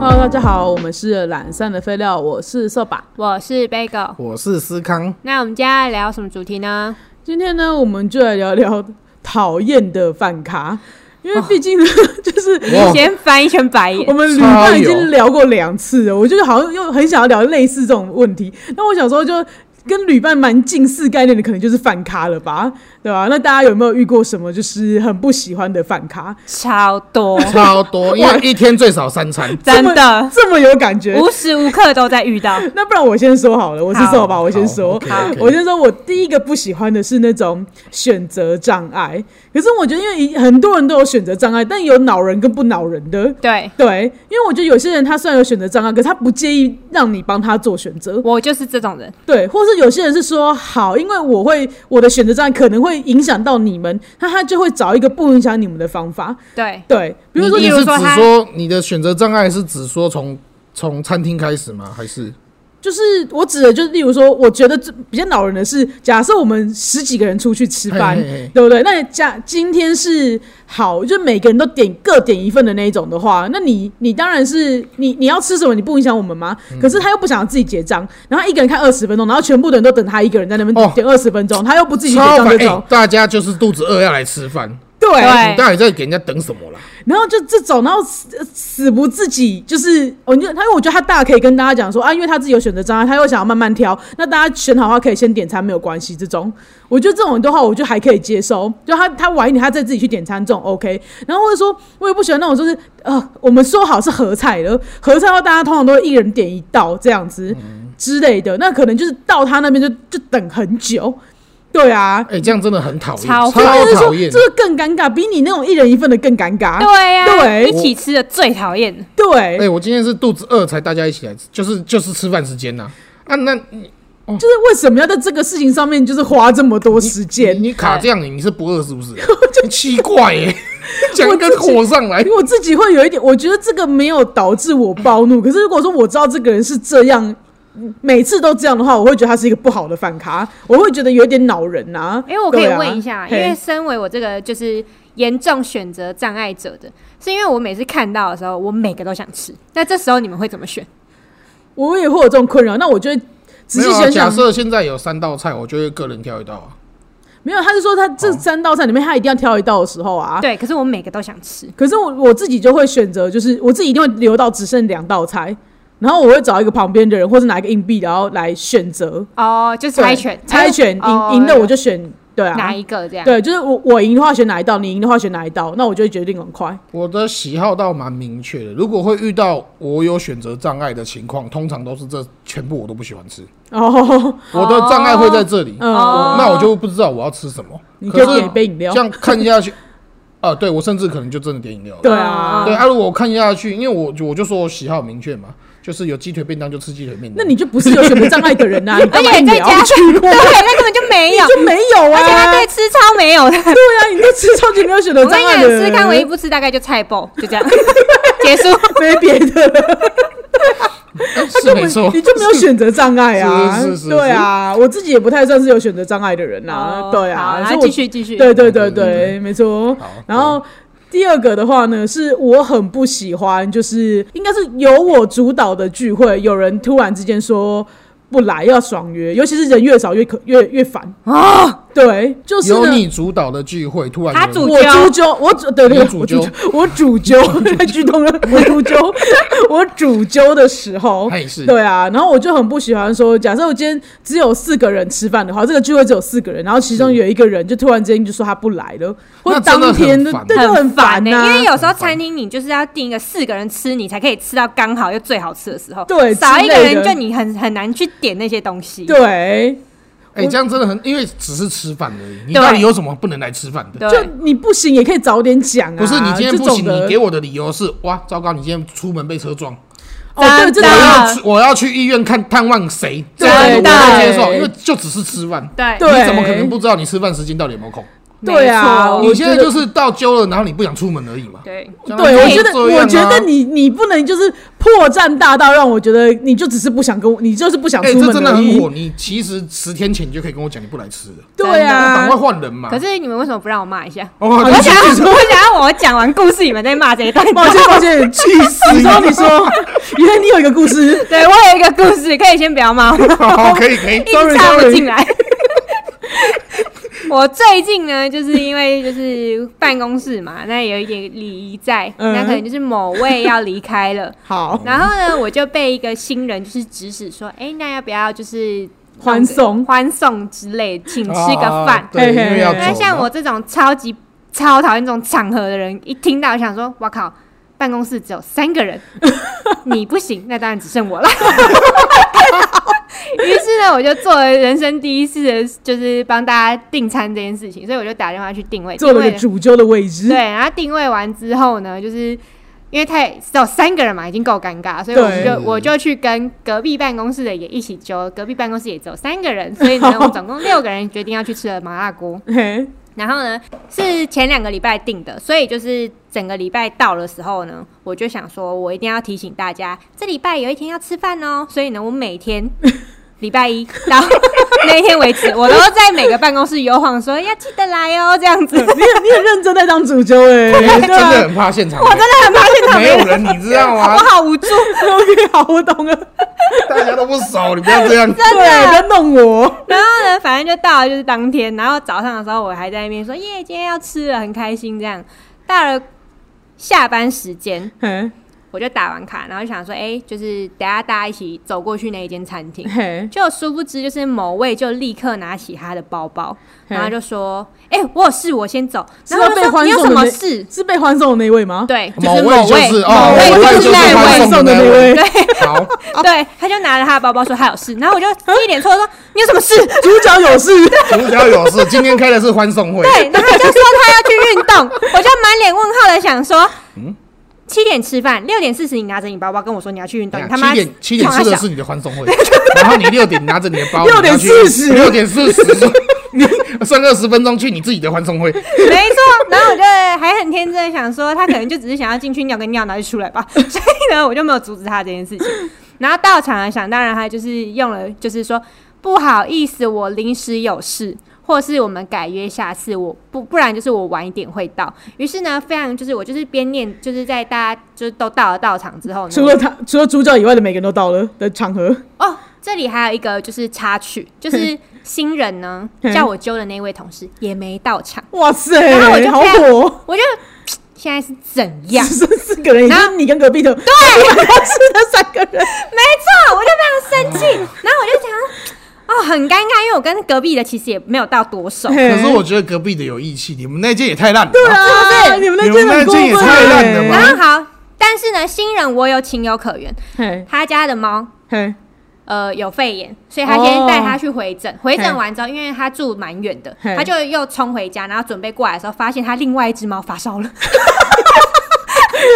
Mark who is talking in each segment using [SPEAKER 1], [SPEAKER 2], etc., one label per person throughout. [SPEAKER 1] Hello，大家好，我们是懒散的废料，我是扫把。
[SPEAKER 2] 我是 Bagel。
[SPEAKER 3] 我是 思康，
[SPEAKER 2] 那我们今天要聊什么主题呢？
[SPEAKER 1] 今天呢，我们就来聊聊讨厌的饭卡，因为毕竟呢，
[SPEAKER 2] 哦
[SPEAKER 1] 就是
[SPEAKER 3] 哇
[SPEAKER 2] 先翻一圈白
[SPEAKER 1] 我
[SPEAKER 2] 眼。
[SPEAKER 1] 们旅
[SPEAKER 3] 超
[SPEAKER 1] 伴
[SPEAKER 3] 有
[SPEAKER 1] 已经聊过两次了，我就是好像又很想要聊类似这种问题。那我小时候就跟旅伴蛮近似概念的，可能就是饭卡了吧，对吧、那大家有没有遇过什么就是很不喜欢的饭卡？
[SPEAKER 2] 超多，
[SPEAKER 3] 超多，因为一天最少三餐。
[SPEAKER 2] 真
[SPEAKER 1] 这么
[SPEAKER 2] 的，
[SPEAKER 1] 这么有感觉？
[SPEAKER 2] 无时无刻都在遇到。
[SPEAKER 1] 那不然我先说好了，我是
[SPEAKER 2] 好
[SPEAKER 1] 扫把，我先说。
[SPEAKER 3] OK，OK
[SPEAKER 1] 我先说，我第一个不喜欢的是那种选择障碍。可是我觉得，因为很多人都有选择障碍，但有恼人跟不恼人的。
[SPEAKER 2] 对
[SPEAKER 1] 对，因为我觉得有些人他虽然有选择障碍，可是他不介意让你帮他做选择。
[SPEAKER 2] 我就是这种人，
[SPEAKER 1] 对，或是有些人是说好，因为我会我的选择障碍可能会影响到你们，那他就会找一个不影响你们的方法。
[SPEAKER 2] 对，
[SPEAKER 1] 对，比 如说
[SPEAKER 3] 你
[SPEAKER 2] 例
[SPEAKER 3] 你
[SPEAKER 2] 如
[SPEAKER 3] 是
[SPEAKER 2] 说
[SPEAKER 3] 指
[SPEAKER 2] 他
[SPEAKER 3] 说你的选择障碍是指说从从餐厅开始吗？还是
[SPEAKER 1] 就是我指的，就是例如说，我觉得最比较恼人的是，假设我们十几个人出去吃饭，
[SPEAKER 3] 嘿嘿嘿
[SPEAKER 1] 对不对？那假今天是好，就每个人都点各点一份的那一种的话，那你你当然是你你要吃什么，你不影响我们吗？
[SPEAKER 3] 嗯
[SPEAKER 1] 可是他又不想自己结账，然后他一个人看二十分钟，然后全部的人都等他一个人在那
[SPEAKER 3] 哦
[SPEAKER 1] 边点二十分钟，他又不自己去结
[SPEAKER 3] 超
[SPEAKER 1] 账
[SPEAKER 3] 烦
[SPEAKER 1] 这
[SPEAKER 3] 哎
[SPEAKER 1] 种，
[SPEAKER 3] 大家就是肚子饿要来吃饭，
[SPEAKER 1] 对。
[SPEAKER 2] 对
[SPEAKER 3] 你到底在给人家等什么啦？
[SPEAKER 1] 然后就这种，然后死死不自己，就是我觉得他，因为我觉得他大可以跟大家讲说啊，因为他自己有选择障碍，他又想要慢慢挑，那大家选好的话可以先点餐，没有关系。这种，我觉得这种的话，我就还可以接受，就他他晚一点他再自己去点餐，这种 OK。然后或者说，我也不喜欢那种就是呃，我们说好是合菜的，合菜的话大家通常都会一人点一道这样子之类的，那可能就是到他那边就就等很久。对啊，
[SPEAKER 3] 哎、这样真的很讨厌，
[SPEAKER 2] 超
[SPEAKER 3] 超
[SPEAKER 1] 就是说
[SPEAKER 3] 讨厌
[SPEAKER 1] 哎这。个更尴尬，比你那种一人一份的更尴尬。
[SPEAKER 2] 对呀，
[SPEAKER 1] 啊对
[SPEAKER 2] 一起吃的最讨厌。
[SPEAKER 1] 对
[SPEAKER 3] 哎、，我今天是肚子饿才大家一起来吃，就是就是吃饭时间呐、啊。那你
[SPEAKER 1] 就是为什么要在这个事情上面就是花这么多时间？
[SPEAKER 2] 嗯
[SPEAKER 3] 你卡这样，你是不饿是 不是？奇怪耶、讲一个火上来
[SPEAKER 1] 因，为我自己会有一点，我觉得这个没有导致我暴怒。可是如果说我知道这个人是这样，每次都这样的话，我会觉得他是一个不好的反咖，我会觉得有点恼人啊。
[SPEAKER 2] 哎，我可以
[SPEAKER 1] 对啊
[SPEAKER 2] 问一下，因
[SPEAKER 1] 嘿
[SPEAKER 2] 为身为我这个就是严重选择障碍者的，是因为我每次看到的时候，我每个都想吃。那这时候你们会怎么选？
[SPEAKER 1] 我也会有这种困扰，那我就会仔
[SPEAKER 3] 没
[SPEAKER 1] 细
[SPEAKER 3] 有啊、
[SPEAKER 1] 想
[SPEAKER 3] 假
[SPEAKER 1] 想，
[SPEAKER 3] 设现在有三道菜，我就会个人挑一道啊。
[SPEAKER 1] 没有，他是说他这三道菜里面他一定要挑一道的时候啊。
[SPEAKER 2] 对，可是我每个都想吃。
[SPEAKER 1] 可是我我自己就会选择，就是我自己一定会留到只剩两道菜，然后我会找一个旁边的人或是拿一个硬币，然后来选择。
[SPEAKER 2] 哦，就
[SPEAKER 1] 对
[SPEAKER 2] 猜拳，
[SPEAKER 1] 猜拳
[SPEAKER 2] 哦
[SPEAKER 1] 赢赢的我就选对啊，
[SPEAKER 2] 哪一个这样？
[SPEAKER 1] 对，就是我我赢的话选哪一道，你赢的话选哪一道，那我就会决定很快。
[SPEAKER 3] 我的喜好倒蛮明确的，如果会遇到我有选择障碍的情况，通常都是这全部我都不喜欢吃，
[SPEAKER 1] 哦，
[SPEAKER 3] 我的障碍会在这里，
[SPEAKER 1] 嗯，
[SPEAKER 2] 哦
[SPEAKER 3] 那我就不知道我要吃什么。
[SPEAKER 1] 你
[SPEAKER 3] 可
[SPEAKER 1] 就是点一杯饮料
[SPEAKER 3] 这，样看下去， 啊，对我甚至可能就真的点饮料了。
[SPEAKER 1] 对
[SPEAKER 2] 哦
[SPEAKER 1] 啊
[SPEAKER 3] 对，啊，如果我看下去，因为我我就说我喜好明确嘛，就是有鸡腿便当就吃鸡腿便
[SPEAKER 1] 那
[SPEAKER 3] 当。
[SPEAKER 1] 你就不是有什么障碍的人呐、啊，你
[SPEAKER 2] 而
[SPEAKER 1] 干嘛
[SPEAKER 2] 且
[SPEAKER 1] 硬
[SPEAKER 2] 再
[SPEAKER 1] 聊？
[SPEAKER 2] 加上，对，那根本就 没有，
[SPEAKER 1] 就没有
[SPEAKER 2] 而且他
[SPEAKER 1] 啊，
[SPEAKER 2] 对吃超没 有的。
[SPEAKER 1] 对啊，你就吃超级没有选择
[SPEAKER 2] 我跟
[SPEAKER 1] 障
[SPEAKER 2] 你
[SPEAKER 1] 碍
[SPEAKER 2] 讲，
[SPEAKER 1] 的
[SPEAKER 2] 吃
[SPEAKER 1] 人，
[SPEAKER 2] 看唯一不吃大概就菜 爆，就这样 结束。
[SPEAKER 1] 没别的了，
[SPEAKER 3] 哎是没错，
[SPEAKER 1] 你就没有选择障碍啊，
[SPEAKER 3] 是是是是
[SPEAKER 1] 对啊，我自己也不太算是有选择障碍的人啊，
[SPEAKER 2] 哦
[SPEAKER 1] 对
[SPEAKER 2] 好
[SPEAKER 1] 啊，
[SPEAKER 2] 然
[SPEAKER 1] 所以
[SPEAKER 2] 后
[SPEAKER 1] 我
[SPEAKER 2] 继续继续。
[SPEAKER 1] 对对对
[SPEAKER 3] 对对
[SPEAKER 1] 对，没错哦
[SPEAKER 3] 好。
[SPEAKER 1] 然后第二个的话呢，是我很不喜欢，就是应该是由我主导的聚会，有人突然之间说不来要爽约，尤其是人越少越可越越烦
[SPEAKER 2] 哦
[SPEAKER 1] 啊。对，就是
[SPEAKER 3] 由
[SPEAKER 1] 呢
[SPEAKER 3] 你主导的聚会，突然
[SPEAKER 2] 他
[SPEAKER 3] 有
[SPEAKER 2] 主
[SPEAKER 3] 人
[SPEAKER 1] 我主揪，我主对对，
[SPEAKER 3] 你
[SPEAKER 1] 对
[SPEAKER 3] 主
[SPEAKER 1] 我主
[SPEAKER 3] 揪
[SPEAKER 1] 揪，我主揪，剧痛了，我主 揪，我主揪的时候，
[SPEAKER 3] 他也是
[SPEAKER 1] 对啊，然后我就很不喜欢说，假设我今天只有四个人吃饭的话，这个聚会只有四个人，然后其中有一个人就突然之间就说他不来了，或者
[SPEAKER 3] 那真的
[SPEAKER 1] 当天
[SPEAKER 3] 很烦
[SPEAKER 1] 对就很
[SPEAKER 2] 烦
[SPEAKER 1] 烦啊呐、
[SPEAKER 2] 欸因为有时候
[SPEAKER 3] 很烦
[SPEAKER 2] 餐厅你就是要订一个四个人吃，你才可以吃到刚好又最好吃的时候。
[SPEAKER 1] 对
[SPEAKER 2] 少一个
[SPEAKER 1] 之类
[SPEAKER 2] 人
[SPEAKER 1] 的
[SPEAKER 2] 就你很很难去点那些东西。
[SPEAKER 1] 对，
[SPEAKER 3] 哎、这样真的很，因为只是吃饭而已，你
[SPEAKER 2] 对
[SPEAKER 3] 到底有什么不能来吃饭的？
[SPEAKER 2] 对
[SPEAKER 1] 就你不行也可以早点讲啊，
[SPEAKER 3] 不是你今天不行，
[SPEAKER 1] 啊这种的
[SPEAKER 3] 你给我的理由是哇，糟糕，你今天出门被车撞，
[SPEAKER 1] 哦，对，
[SPEAKER 2] 真
[SPEAKER 1] 真
[SPEAKER 2] 的
[SPEAKER 3] 我
[SPEAKER 1] 的
[SPEAKER 3] 要去我要去医院看探望谁，这
[SPEAKER 1] 对
[SPEAKER 3] 个我不
[SPEAKER 1] 对
[SPEAKER 3] 接受，因为就只是吃饭，
[SPEAKER 2] 对
[SPEAKER 1] 对
[SPEAKER 3] 你怎么可能不知道你吃饭时间到底有没有空？
[SPEAKER 1] 对啊，
[SPEAKER 2] 没错
[SPEAKER 3] 你
[SPEAKER 1] 我
[SPEAKER 3] 现
[SPEAKER 1] 觉
[SPEAKER 3] 在
[SPEAKER 1] 得
[SPEAKER 3] 就是到揪了，然后你不想出门而已嘛。
[SPEAKER 2] 对
[SPEAKER 3] 这样
[SPEAKER 1] 对，我觉
[SPEAKER 3] 就是
[SPEAKER 1] 得，
[SPEAKER 3] 这样啊
[SPEAKER 1] 我觉得你你不能就是破绽大到让我觉得你就只是不想跟我，你就是不想
[SPEAKER 3] 哎、
[SPEAKER 1] 出门
[SPEAKER 3] 这真的
[SPEAKER 1] 而已
[SPEAKER 3] 很火。你其实十天前你就可以跟我讲你不来吃了，
[SPEAKER 1] 对
[SPEAKER 3] 赶快
[SPEAKER 1] 啊，
[SPEAKER 3] 换人嘛。
[SPEAKER 2] 可是你们为什么不让我骂一下？
[SPEAKER 3] 哦，
[SPEAKER 1] 好
[SPEAKER 3] 对
[SPEAKER 2] 我
[SPEAKER 3] 不起
[SPEAKER 2] 想要，我想要我讲完故事，你们再骂这一段。
[SPEAKER 1] 抱歉抱歉，气死！你说你说，原来你有一个故事，
[SPEAKER 2] 对我有一个故事，可以先不要骂我，
[SPEAKER 3] 好，哦可以可以
[SPEAKER 2] 一
[SPEAKER 3] ，sorry
[SPEAKER 2] 直插不进
[SPEAKER 3] sorry，
[SPEAKER 2] 来。 我最近呢，就是因为就是办公室嘛，那有一点礼仪在，
[SPEAKER 1] 嗯
[SPEAKER 2] 那可能就是某位要离开
[SPEAKER 3] 哦
[SPEAKER 2] 了，
[SPEAKER 1] 好
[SPEAKER 2] 然后呢，我就被一个新人就是指使说，哎、那要不要就是
[SPEAKER 1] 欢送
[SPEAKER 2] 欢送之类，请吃个
[SPEAKER 3] 啊
[SPEAKER 2] 饭？
[SPEAKER 3] 对，因为要
[SPEAKER 1] 嘿嘿嘿
[SPEAKER 2] 那
[SPEAKER 3] 走
[SPEAKER 2] 像
[SPEAKER 3] 了
[SPEAKER 2] 我这种超级超讨厌这种场合的人，一听到想说，哇靠，办公室只有三 个人，你不行，那当然只剩我了。 于是呢，我就做了人生第一次的，就是帮大家订餐这件事情，所以我就打电话去定位，
[SPEAKER 1] 做了
[SPEAKER 2] 定位
[SPEAKER 1] 个主揪的位置，
[SPEAKER 2] 对，然后定位完之后呢，就是因为太只有三个人嘛，已经够尴尬，所以
[SPEAKER 1] 对
[SPEAKER 2] 我们就我就去跟隔壁办公室的也一起揪，隔壁办公室也只有三个人，所以 呢，我们总共六个人决定要去吃了麻辣锅。
[SPEAKER 1] 嘿，
[SPEAKER 2] 然后呢，是前两个礼拜定的，所以就是整个礼拜到的时候呢，我就想说，我一定要提醒大家，这礼拜有一天要吃饭哦。所以呢，我每天礼拜一到那一天为止，我都在每个办公室游晃说要记得来哦，这样子。
[SPEAKER 1] 你很你很认真在当主揪哎、
[SPEAKER 3] 因为 真
[SPEAKER 1] 对啊
[SPEAKER 3] 的很怕现场，哎
[SPEAKER 2] 我真的很怕现场
[SPEAKER 3] 没
[SPEAKER 2] 没
[SPEAKER 3] 有
[SPEAKER 2] 人，
[SPEAKER 3] 人，你知道吗
[SPEAKER 2] 我？好无助，
[SPEAKER 1] ，OK，好，我懂了，
[SPEAKER 3] 大家都不熟，你不要这样。
[SPEAKER 1] 对，不要弄我，
[SPEAKER 2] 然后呢，反正就到了就是当天，然后早上的时候我还在那边说耶，今天要吃了，很开心这样。到了下班时间，
[SPEAKER 1] 嘿，
[SPEAKER 2] 我就打完卡，然后就想说，哎、就是等下大家一起走过去那一间餐厅。
[SPEAKER 1] 嘿，
[SPEAKER 2] 就殊不知，就是某位就立刻拿起他的包包，
[SPEAKER 1] 嘿
[SPEAKER 2] 然后就说：“哎、我有事，我先走。”
[SPEAKER 1] 是
[SPEAKER 2] 然后
[SPEAKER 1] 要
[SPEAKER 2] 就
[SPEAKER 1] 被
[SPEAKER 2] 说：“
[SPEAKER 1] 欢
[SPEAKER 2] 你有
[SPEAKER 1] 送
[SPEAKER 2] 什
[SPEAKER 1] 的
[SPEAKER 2] 么
[SPEAKER 1] 那
[SPEAKER 2] 事
[SPEAKER 1] 是被欢送的那位？”吗？
[SPEAKER 2] 对，就
[SPEAKER 3] 某
[SPEAKER 2] 是
[SPEAKER 3] 位就
[SPEAKER 2] 位，
[SPEAKER 3] 是
[SPEAKER 2] 某
[SPEAKER 3] 哦，
[SPEAKER 1] 某
[SPEAKER 2] 位
[SPEAKER 1] 位
[SPEAKER 2] 就是
[SPEAKER 3] 是
[SPEAKER 1] 那
[SPEAKER 2] 那
[SPEAKER 1] 位
[SPEAKER 2] 位
[SPEAKER 3] 欢送的那位。
[SPEAKER 1] 对
[SPEAKER 3] 好，
[SPEAKER 2] 对，他就拿着他的包包说他有事，然后我就一脸错愕说你有什么事？
[SPEAKER 1] 主角有 事，
[SPEAKER 3] 主角有事， 今天开的是欢送会，
[SPEAKER 2] 对，然后他就说他要去运动， 我就满脸问号的想说，
[SPEAKER 3] 嗯
[SPEAKER 2] 七点吃饭，六点四十你拿着你包包跟我说你要去运动，你
[SPEAKER 3] 等一
[SPEAKER 2] 他
[SPEAKER 3] 下
[SPEAKER 2] 妈
[SPEAKER 3] 哎七点七点
[SPEAKER 2] 冲他
[SPEAKER 3] 吃的
[SPEAKER 2] 小
[SPEAKER 3] 是你的欢送会， 然后你六点拿着你的包，
[SPEAKER 1] 6点40
[SPEAKER 3] 六点四十，你算二十分钟去你自己的欢送 会，
[SPEAKER 2] 没错，然后我就还很天真的想说，他可能就只是想要进去尿个尿，然后就出来吧。 所以呢，我就没有阻止他这件事情。然后到场了，想当然他就是用了，就是说不好意思，我临时有事，或是我们改约下次，我不不然就是我晚一点会到。于是呢，非常就是我就是边念，就是在大家就是都到了到场之 后呢，
[SPEAKER 1] 除了他，除了主角以外的每个人都到了的场合，
[SPEAKER 2] 哦，这里还有一个就是插曲，就是新人 呢
[SPEAKER 1] 嗯
[SPEAKER 2] 叫我揪的那位同事也没到场，
[SPEAKER 1] 哇塞
[SPEAKER 2] 然后我就，
[SPEAKER 1] 好
[SPEAKER 2] 这样
[SPEAKER 1] 火哦，
[SPEAKER 2] 我就现在是怎样？
[SPEAKER 1] 只剩四个人，也就
[SPEAKER 2] 然后
[SPEAKER 1] 是你跟隔壁的，对， 是那三个人，
[SPEAKER 2] 没错，我就非常生 气，然后我就想说，哦，很尴尬，因为我跟隔壁的其实也没有到多熟，是
[SPEAKER 3] 可
[SPEAKER 1] 嘿
[SPEAKER 3] 是我觉得隔壁的有义气，你们那间也太烂了，
[SPEAKER 1] 对啊，
[SPEAKER 2] 是
[SPEAKER 1] 你们那间很过分
[SPEAKER 3] 你们那间也太烂了
[SPEAKER 2] 然
[SPEAKER 3] 吧
[SPEAKER 2] 后好，但是呢，新人我有情有可原，
[SPEAKER 1] 嘿，
[SPEAKER 2] 他家的猫。
[SPEAKER 1] 嘿，
[SPEAKER 2] 呃，有肺炎，所以他先
[SPEAKER 1] 哦
[SPEAKER 2] 带他去回诊。回诊
[SPEAKER 1] 嘿
[SPEAKER 2] 完之后，因为他住蛮远的，
[SPEAKER 1] 嘿
[SPEAKER 2] 他就又冲回家，然后准备过来的时候，发现他另外一只猫发烧了，然后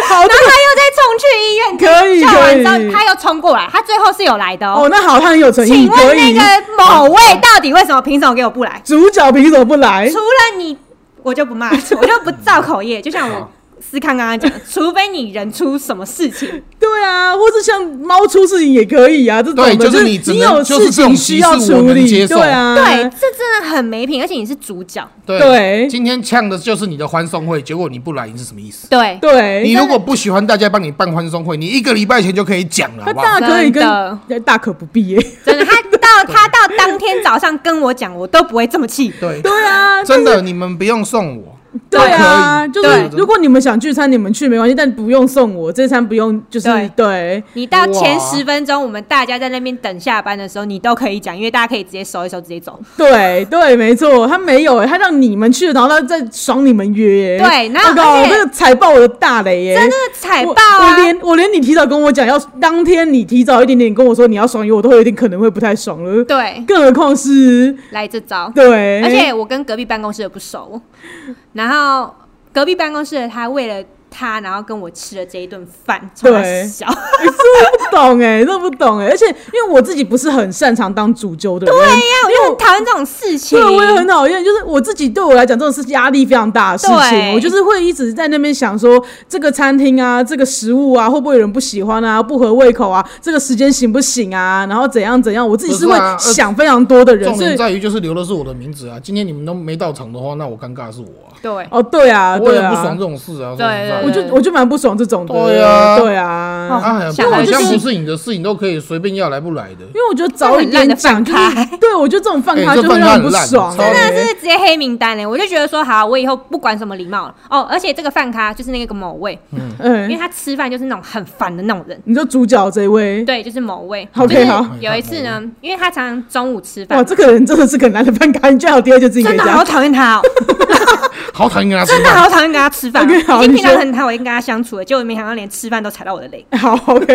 [SPEAKER 1] 好哎
[SPEAKER 2] 他又再冲去 医院。
[SPEAKER 1] 可以
[SPEAKER 2] 叫完之
[SPEAKER 1] 可以
[SPEAKER 2] 后，，他又冲过来，他最后是有来的
[SPEAKER 1] 哦，
[SPEAKER 2] 哦。
[SPEAKER 1] 那好，他很有诚意，
[SPEAKER 2] 请
[SPEAKER 1] 可
[SPEAKER 2] 问
[SPEAKER 1] 以
[SPEAKER 2] 那。个某位到底为什么凭什么给我不来？
[SPEAKER 1] 主角凭什么不来
[SPEAKER 2] 除？了你，我就不 骂，我就不造口业。就像我
[SPEAKER 3] 好
[SPEAKER 2] 思康刚刚讲的，除非你人出什么事情，
[SPEAKER 1] 对啊，或是像猫出事情也可以啊，这种的
[SPEAKER 3] 对就
[SPEAKER 1] 就是
[SPEAKER 3] 你
[SPEAKER 1] 你
[SPEAKER 3] 只能
[SPEAKER 1] 有
[SPEAKER 3] 就是
[SPEAKER 1] 事
[SPEAKER 3] 这
[SPEAKER 1] 情
[SPEAKER 3] 种歧视
[SPEAKER 1] 需要
[SPEAKER 3] 我
[SPEAKER 1] 处
[SPEAKER 3] 能
[SPEAKER 1] 理，
[SPEAKER 3] 接受
[SPEAKER 1] 对啊，
[SPEAKER 2] 对，这真的很没品，而且你是主角，
[SPEAKER 1] 对
[SPEAKER 3] 今天呛的就是你的欢送会，结果你不来，你是什么意思？
[SPEAKER 2] 对，
[SPEAKER 1] 对，
[SPEAKER 3] 你如果不喜欢大家帮你办欢送会，你一个礼拜前就可以讲了，
[SPEAKER 1] 他
[SPEAKER 3] 好不好
[SPEAKER 1] 大？可以跟
[SPEAKER 2] 真的
[SPEAKER 1] 大可不必耶，
[SPEAKER 2] 真 的。他到他到当天早上跟我讲，我都不会这么气。
[SPEAKER 3] 对，
[SPEAKER 1] 对啊，
[SPEAKER 3] 真的，你们不用送我，
[SPEAKER 1] 对啊，
[SPEAKER 3] 都
[SPEAKER 1] 就
[SPEAKER 3] 可以
[SPEAKER 1] 是
[SPEAKER 3] 对
[SPEAKER 1] 如果你们想聚餐，你们去没关系，但不用送我，这餐不用，就是
[SPEAKER 2] 对
[SPEAKER 1] 对
[SPEAKER 2] 你到前
[SPEAKER 3] 哇
[SPEAKER 2] 十分钟，我们大家在那边等下班的时候，你都可以讲，因为大家可以直接收一收，直接走。
[SPEAKER 1] 对对，没错，他没有耶，他让你们去，然后他再爽你们约耶，
[SPEAKER 2] 对然后
[SPEAKER 1] 我靠，
[SPEAKER 2] 而且
[SPEAKER 1] 这个踩爆我的大雷耶，
[SPEAKER 2] 真的踩
[SPEAKER 1] 哎我
[SPEAKER 2] 爆啊
[SPEAKER 1] 我！连我连你提早跟我讲要当天你提早一点点跟我说你要爽约，我都会有点可能会不太爽了。
[SPEAKER 2] 对，
[SPEAKER 1] 更何况是
[SPEAKER 2] 来这招。
[SPEAKER 1] 对，
[SPEAKER 2] 而且我跟隔壁办公室的不熟，然后隔壁办公室的他为了他，然后跟我吃了这一顿饭，超
[SPEAKER 1] 对
[SPEAKER 2] 小，
[SPEAKER 1] 不懂哎、欸，这不懂哎、而且因为我自己不是很擅长当主揪的人，
[SPEAKER 2] 对呀、我就很讨厌这种事情。
[SPEAKER 1] 对，我也很讨厌，就是我自己对我来讲，这种是压力非常大的事情。
[SPEAKER 2] 对
[SPEAKER 1] 我就是会一直在那边想说，这个餐厅啊，这个食物啊，会不会有人不喜欢啊，不合胃口啊，这个时间行不行啊，然后怎样怎样，我自己是
[SPEAKER 3] 不
[SPEAKER 1] 会
[SPEAKER 3] 是啊呃
[SPEAKER 1] 想非常多的人，
[SPEAKER 3] 重
[SPEAKER 1] 所
[SPEAKER 3] 点
[SPEAKER 1] 以
[SPEAKER 3] 在于就是留的是我的名字啊。今天你们都没到场的话，那我尴尬的是我啊，
[SPEAKER 2] 对
[SPEAKER 1] 哦，对啊，
[SPEAKER 3] 我
[SPEAKER 1] 对
[SPEAKER 3] 也
[SPEAKER 1] 啊，
[SPEAKER 3] 不爽这种事啊。
[SPEAKER 2] 对
[SPEAKER 3] 说实在的
[SPEAKER 2] 对
[SPEAKER 1] 我就我就蛮不爽这种的。
[SPEAKER 3] 对啊
[SPEAKER 1] 对啊，
[SPEAKER 2] 哦
[SPEAKER 3] 啊，
[SPEAKER 2] 想
[SPEAKER 1] 来
[SPEAKER 3] 好
[SPEAKER 1] 就
[SPEAKER 3] 像
[SPEAKER 1] 是
[SPEAKER 3] 不是你的事，你都可以随便要来不来的。
[SPEAKER 1] 因为我觉得早一点讲，就
[SPEAKER 2] 这很烂的放
[SPEAKER 1] 是 对我觉得这种放
[SPEAKER 3] 哎
[SPEAKER 1] 开就
[SPEAKER 3] 这
[SPEAKER 1] 会
[SPEAKER 3] 放开
[SPEAKER 1] 让人不
[SPEAKER 3] 很烂
[SPEAKER 1] 爽，
[SPEAKER 3] 超级
[SPEAKER 2] 真的是直接黑名单嘞！欸我就觉得说，好，我以后不管什么礼貌了哦。而且这个饭咖就是那个某位，因为
[SPEAKER 1] 嗯，
[SPEAKER 2] 他吃饭就是那种很烦的那种人。
[SPEAKER 1] 你就主角这一位，
[SPEAKER 2] 对，就是某位。
[SPEAKER 1] OK，
[SPEAKER 2] 就是
[SPEAKER 3] 哎
[SPEAKER 1] 好
[SPEAKER 2] 有一次呢，因为他常常中午吃
[SPEAKER 1] 哇，
[SPEAKER 2] 饭，
[SPEAKER 1] 这个人真的是个难的饭咖，你最好第二就自己可
[SPEAKER 2] 真
[SPEAKER 1] 以
[SPEAKER 2] 的
[SPEAKER 1] 这
[SPEAKER 2] 好
[SPEAKER 1] 样。
[SPEAKER 2] 讨厌他哦，
[SPEAKER 3] 好讨厌跟他吃
[SPEAKER 2] 真的
[SPEAKER 3] 饭，
[SPEAKER 2] 好讨厌跟他吃饭。
[SPEAKER 1] OK，好
[SPEAKER 2] 已经
[SPEAKER 1] 你
[SPEAKER 2] 平常
[SPEAKER 1] 说
[SPEAKER 2] 很讨厌跟他相处了，结果没想到连吃饭都踩到我的雷。
[SPEAKER 1] 哎好，OK，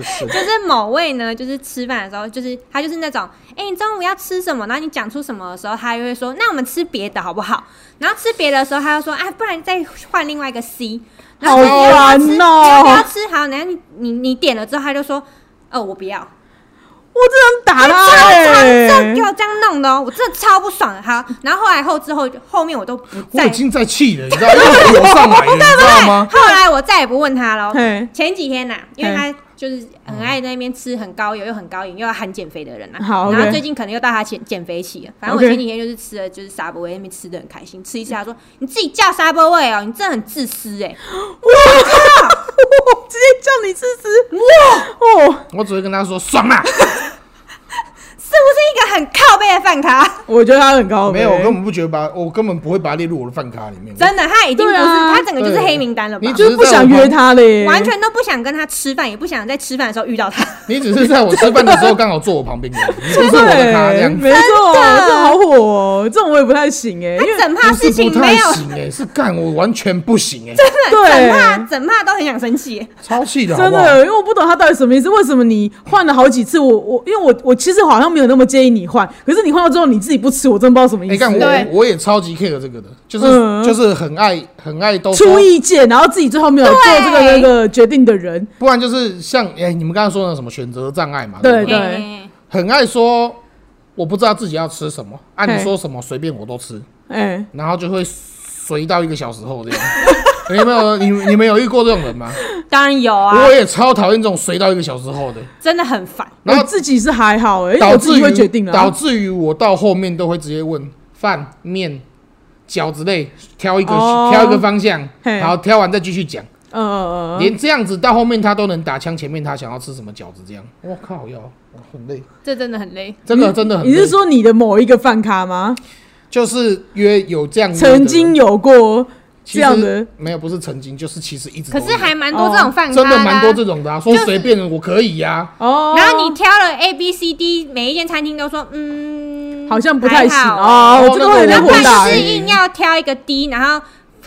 [SPEAKER 3] 是，
[SPEAKER 2] 就是某位呢，就是吃饭的时候，就是他就是那种，哎、你中午要吃什么？然后你讲出什么的时候，他就会说，那我们吃别的好不好？然后吃别的时候，他就说，啊，不然你再换另外一个 C。然后
[SPEAKER 1] 好
[SPEAKER 2] 你要不要吃
[SPEAKER 1] 烦哦
[SPEAKER 2] 你要不要吃？好，然后你你你点了之后，他就说，哦，我不要。
[SPEAKER 1] 我真的打
[SPEAKER 2] 超
[SPEAKER 1] 他
[SPEAKER 2] 常这
[SPEAKER 1] 哎、
[SPEAKER 2] 样给我这样弄的哦，我真的超不爽的。好，然后后来后之后后面我都不
[SPEAKER 3] 我
[SPEAKER 2] 再
[SPEAKER 3] 已，经在气了，你知道，又火上来了，你知道吗？
[SPEAKER 2] 哎后来我再也不问他了。
[SPEAKER 1] 嘿
[SPEAKER 2] 前几天呐、因为
[SPEAKER 1] 嘿
[SPEAKER 2] 他就是很爱在那边吃很高油又很高盐又要喊减肥的人呐、
[SPEAKER 1] 好
[SPEAKER 2] 然后
[SPEAKER 1] OK
[SPEAKER 2] 最近可能又到他减减肥期了。反正我
[SPEAKER 1] OK
[SPEAKER 2] 前几天就是吃了就是沙波味，那边吃的很开心，吃一吃他说你自己叫沙波味哦，你真的很自私哎、
[SPEAKER 1] 哇，直接叫你吃吃，哇哦，
[SPEAKER 3] 我只会跟他说爽 啊啦，
[SPEAKER 2] 是不是一个很靠背的 饭咖？
[SPEAKER 1] 我觉得他很高，哎
[SPEAKER 3] 没有，我根本不觉得把，我根本不会把他列入我的饭卡里面。
[SPEAKER 2] 真的，他已经不
[SPEAKER 1] 对
[SPEAKER 2] 是、
[SPEAKER 1] 啊
[SPEAKER 2] 他整个就是
[SPEAKER 3] 对
[SPEAKER 2] 黑名单了吧
[SPEAKER 3] 你？
[SPEAKER 1] 就是不想约他嘞，
[SPEAKER 2] 完全都不想跟他吃饭，也不想在吃饭的时候遇到他。
[SPEAKER 3] 你只是在我吃饭的时候刚好坐我旁边而已，你不
[SPEAKER 1] 对
[SPEAKER 3] 是我的咖这样子。
[SPEAKER 1] 没错，
[SPEAKER 2] 真的
[SPEAKER 1] 这好火哦，这种我也不太行哎、 因为
[SPEAKER 2] 他整怕
[SPEAKER 3] 不是
[SPEAKER 2] 事
[SPEAKER 3] 不
[SPEAKER 2] 情没
[SPEAKER 3] 太
[SPEAKER 2] 有，
[SPEAKER 3] 行哎、是干我完全不行哎、
[SPEAKER 2] 整怕
[SPEAKER 1] 对。
[SPEAKER 2] 整怕都很想生气耶。
[SPEAKER 3] 超气的好
[SPEAKER 1] 真
[SPEAKER 3] 不好？
[SPEAKER 1] 的，因为我不懂他到底什么意思。为什么你换了好几次？我我因为我我其实好像没有那么建议你换，可是你换到之后你自己不吃，我真不知道什么意
[SPEAKER 3] 你
[SPEAKER 1] 思。
[SPEAKER 3] 看、
[SPEAKER 2] 对
[SPEAKER 3] 欸我我也超级 care 这个的，就是、
[SPEAKER 1] 嗯
[SPEAKER 3] 就是很爱很爱都说
[SPEAKER 1] 出，意见，然后自己最后没有做这个那
[SPEAKER 2] 对
[SPEAKER 1] 个决定的人，
[SPEAKER 3] 不然就是像哎、你们刚刚说的什么选择障碍嘛，
[SPEAKER 1] 对
[SPEAKER 3] 对不
[SPEAKER 1] 对
[SPEAKER 2] 哎
[SPEAKER 3] 很爱说我不知道自己要吃什么，按、
[SPEAKER 1] 嘿
[SPEAKER 3] 你说什么随便我都吃，
[SPEAKER 1] 哎、
[SPEAKER 3] 然后就会随到一个小时后这样。 你有没有你你们有遇过这种人吗？
[SPEAKER 2] 当然有啊
[SPEAKER 3] 我，也超讨厌这种随到一个小时后的，
[SPEAKER 2] 真的很烦。
[SPEAKER 3] 然
[SPEAKER 1] 我
[SPEAKER 3] 后
[SPEAKER 1] 自己是还好哎、因为
[SPEAKER 3] 导
[SPEAKER 1] 我自
[SPEAKER 3] 致
[SPEAKER 1] 己
[SPEAKER 3] 于
[SPEAKER 1] 会决定了、
[SPEAKER 3] 导致于我到后面都会直接问饭面。饺子类挑一个、
[SPEAKER 1] 哦
[SPEAKER 3] 挑一个方向，
[SPEAKER 1] 嘿
[SPEAKER 3] 然后挑完再继续讲。
[SPEAKER 1] 嗯嗯嗯嗯，
[SPEAKER 3] 连这样子到后面他都能打枪，前面他想要吃什么饺子这样，我靠要很累，
[SPEAKER 2] 这真的很累。
[SPEAKER 3] 这个真的
[SPEAKER 1] 嗯
[SPEAKER 3] 很
[SPEAKER 1] 你
[SPEAKER 3] 累。
[SPEAKER 1] 是说你的某一个饭咖吗？
[SPEAKER 3] 就是约有这样约的人
[SPEAKER 1] 曾经有过
[SPEAKER 3] 其
[SPEAKER 1] 这
[SPEAKER 3] 实
[SPEAKER 1] 样的，
[SPEAKER 3] 没有不是曾经就是其实一直都
[SPEAKER 2] 可
[SPEAKER 3] 有，
[SPEAKER 2] 是还蛮多这种饭咖
[SPEAKER 3] 哦真的
[SPEAKER 2] 啊
[SPEAKER 3] 蛮多这种的啊，说
[SPEAKER 2] 就是
[SPEAKER 3] 随便我可以呀、
[SPEAKER 1] 哦，
[SPEAKER 2] 然后你挑了 A B C D，每一间餐厅都说嗯，
[SPEAKER 1] 好像不太行
[SPEAKER 2] 还好
[SPEAKER 1] 哦，我这个很
[SPEAKER 2] 然
[SPEAKER 1] 难
[SPEAKER 2] 后
[SPEAKER 1] 回答、
[SPEAKER 2] 他
[SPEAKER 3] 那
[SPEAKER 2] 就是
[SPEAKER 3] 哎
[SPEAKER 2] 硬要挑一个 D，然后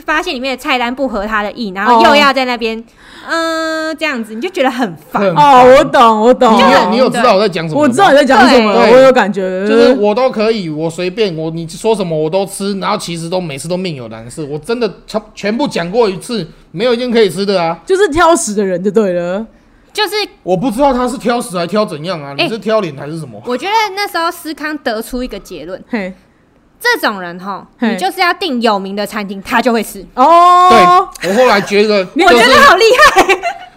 [SPEAKER 2] 发现里面的菜单不合他的意，然后又要在那边嗯这样子，你就觉得很烦
[SPEAKER 3] 很。
[SPEAKER 1] 哦，我懂，我懂，
[SPEAKER 3] 你
[SPEAKER 2] 就
[SPEAKER 3] 有
[SPEAKER 2] 很
[SPEAKER 3] 你有知道我在讲什么
[SPEAKER 1] 哦
[SPEAKER 3] 吗？
[SPEAKER 1] 我知道你在讲什么，
[SPEAKER 3] 对
[SPEAKER 1] 我有感觉，
[SPEAKER 3] 就是我都可以，我随便我你说什么我都吃，然后其实都每次都命有难事，我真的全全部讲过一次，没有一件可以吃的啊。
[SPEAKER 1] 就是挑食的人就对了，
[SPEAKER 2] 就是
[SPEAKER 3] 我不知道他是挑食还挑怎样啊？
[SPEAKER 2] 哎
[SPEAKER 3] 你是挑脸还是什么？
[SPEAKER 2] 我觉得那时候思康得出一个结论，
[SPEAKER 1] 嘿，
[SPEAKER 2] 这种人哈，
[SPEAKER 1] 嘿
[SPEAKER 2] 你就是要订有名的餐厅，他就会吃。
[SPEAKER 1] 哦，
[SPEAKER 3] 对我后来觉得，
[SPEAKER 1] 你
[SPEAKER 2] 我
[SPEAKER 3] 就
[SPEAKER 2] 觉
[SPEAKER 3] 是
[SPEAKER 2] 得好厉害，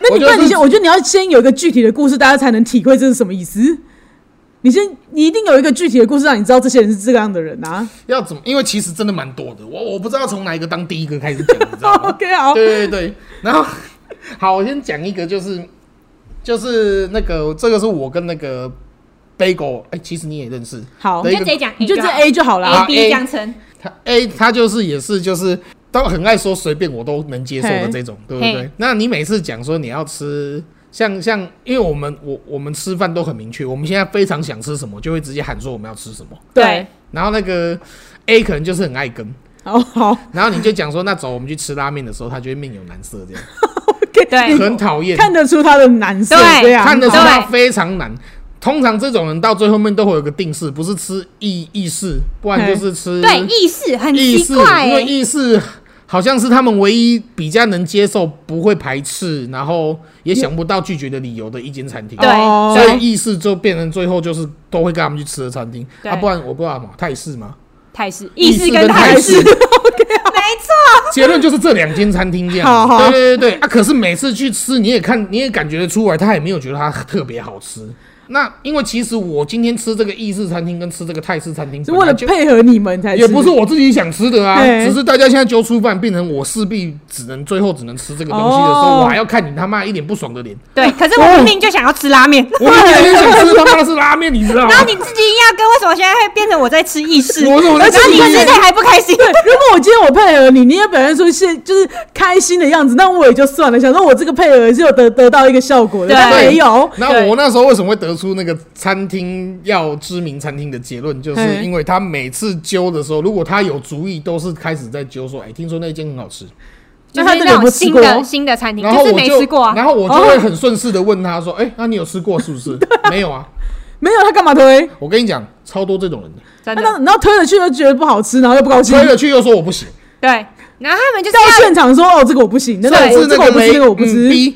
[SPEAKER 1] 那你
[SPEAKER 3] 我觉得
[SPEAKER 1] 那你
[SPEAKER 3] 是
[SPEAKER 1] 先，我觉得你要先有一个具体的故事，大家才能体会这是什么意思。你先，你一定有一个具体的故事，让你知道这些人是这样的人啊。
[SPEAKER 3] 要怎么？因为其实真的蛮多的，我我不知道从哪一个当第一个开始讲，你知道 吗？
[SPEAKER 1] OK，好，
[SPEAKER 3] 啊对对对，然后好，我先讲一个，就是就是那个这个是我跟那个 Bagel，哎、其实你也认识，
[SPEAKER 1] 好
[SPEAKER 2] 你
[SPEAKER 3] 对，
[SPEAKER 2] 就直接讲，
[SPEAKER 1] 你就这
[SPEAKER 2] 好
[SPEAKER 1] A 就好
[SPEAKER 3] 好
[SPEAKER 1] 啦。
[SPEAKER 2] A B
[SPEAKER 3] A
[SPEAKER 2] 这样称，
[SPEAKER 3] 他 A 他就是也是就是都很爱说随便我都能接受的
[SPEAKER 1] 嘿
[SPEAKER 3] 这种，对不对
[SPEAKER 2] 嘿？
[SPEAKER 3] 那你每次讲说你要吃。像像，因为我们我我们吃饭都很明确，我们现在非常想吃什么，就会直接喊说我们要吃什么。
[SPEAKER 1] 对，
[SPEAKER 3] 然后那个 A 可能就是很爱跟，
[SPEAKER 1] 好好
[SPEAKER 3] 然后你就讲说那走，我们去吃拉面的时候，他就会面有难色这样。
[SPEAKER 1] ，OK，
[SPEAKER 2] 对
[SPEAKER 3] 很讨
[SPEAKER 1] 哎
[SPEAKER 3] 厌，
[SPEAKER 1] 看得出他的难色，啊哦
[SPEAKER 2] 对
[SPEAKER 1] 这样
[SPEAKER 3] 看得出
[SPEAKER 2] 对
[SPEAKER 3] 他非常难。通常这种人到最后面都会有个定式，不是吃意意式，不然就是吃
[SPEAKER 2] 对，意识很
[SPEAKER 3] 意
[SPEAKER 2] 奇
[SPEAKER 3] 式，
[SPEAKER 2] 怪
[SPEAKER 3] 因为
[SPEAKER 2] 欸，
[SPEAKER 3] 意式好像是他们唯一比较能接受、不会排斥，然后也想不到拒绝的理由的一间餐厅。
[SPEAKER 2] 对
[SPEAKER 1] 哦
[SPEAKER 3] 所以意式就变成最后就是都会跟他们去吃的餐厅，
[SPEAKER 2] 对
[SPEAKER 3] 啊，不然我不知道什么泰式嘛，
[SPEAKER 2] 泰式、意式
[SPEAKER 3] 式
[SPEAKER 2] 跟泰
[SPEAKER 3] 泰
[SPEAKER 2] 式，
[SPEAKER 3] 式，
[SPEAKER 2] 没错。
[SPEAKER 3] 结论就是这两间餐厅这样。
[SPEAKER 1] 好好
[SPEAKER 3] 对对对对啊！可是每次去吃，你也看，你也感觉得出来，他也没有觉得它特别好吃。那因为其实我今天吃这个意式餐厅跟吃这个泰式餐厅，
[SPEAKER 1] 是为了配合你们才吃
[SPEAKER 3] 也不是我自己想吃的啊，
[SPEAKER 2] 哎
[SPEAKER 1] 嘿
[SPEAKER 3] 只是大家现在揪出饭，变成我势必只能最后只能吃这个东西的时
[SPEAKER 1] 哦
[SPEAKER 3] 候，我还要看你他妈一脸不爽 的脸。
[SPEAKER 2] 对，可是
[SPEAKER 3] 哦
[SPEAKER 2] 我明明就想要吃拉面，
[SPEAKER 3] 我明明很想吃他妈的是拉面，你知道吗
[SPEAKER 2] 然？后你自己硬要跟，为什么现在会变成我在吃意式？
[SPEAKER 3] 我怎么在
[SPEAKER 2] 然后
[SPEAKER 3] 吃
[SPEAKER 2] 你
[SPEAKER 3] 意式
[SPEAKER 2] 吃的还不开心？
[SPEAKER 1] 对，如果我今天我配合你，你也表现出现就是开心的样子，那我也就算了。想说我这个配合是有得得到一个效果的，
[SPEAKER 2] 对
[SPEAKER 1] 但
[SPEAKER 3] 对
[SPEAKER 1] 没有。
[SPEAKER 3] 那我那时候为什么会得出那个餐厅要知名餐厅的结论，就是
[SPEAKER 1] 嘿
[SPEAKER 2] 哎
[SPEAKER 3] 因为他每次揪的时候，如果他有主意，都是开始在揪说，哎、听说那间很好吃，
[SPEAKER 1] 那
[SPEAKER 2] 就
[SPEAKER 1] 他
[SPEAKER 2] 是
[SPEAKER 1] 真的
[SPEAKER 2] 那
[SPEAKER 1] 有没
[SPEAKER 2] 种
[SPEAKER 1] 有吃
[SPEAKER 2] 新
[SPEAKER 1] 过
[SPEAKER 2] 的新的餐厅，
[SPEAKER 3] 啊然后
[SPEAKER 2] 就是
[SPEAKER 3] 我
[SPEAKER 2] 没
[SPEAKER 3] 就
[SPEAKER 2] 吃过啊。
[SPEAKER 3] 然后我就会很顺势的问他说，哎、那你有吃过是不是？没有啊，
[SPEAKER 1] 没有他干嘛推？
[SPEAKER 3] 我跟你讲，超多这种人的，
[SPEAKER 2] 真
[SPEAKER 1] 那
[SPEAKER 2] 的
[SPEAKER 1] 然后推了去又觉得不好吃，然后又不高兴
[SPEAKER 3] 推。了去又说我不行，
[SPEAKER 2] 对，然后他们就是
[SPEAKER 1] 到
[SPEAKER 2] 要
[SPEAKER 1] 现场说哦，这个我不行，那
[SPEAKER 3] 上
[SPEAKER 1] 个我
[SPEAKER 3] 次
[SPEAKER 1] 这个
[SPEAKER 3] 那
[SPEAKER 1] 我不吃，
[SPEAKER 3] 雷
[SPEAKER 1] 那个我不吃
[SPEAKER 3] 嗯。逼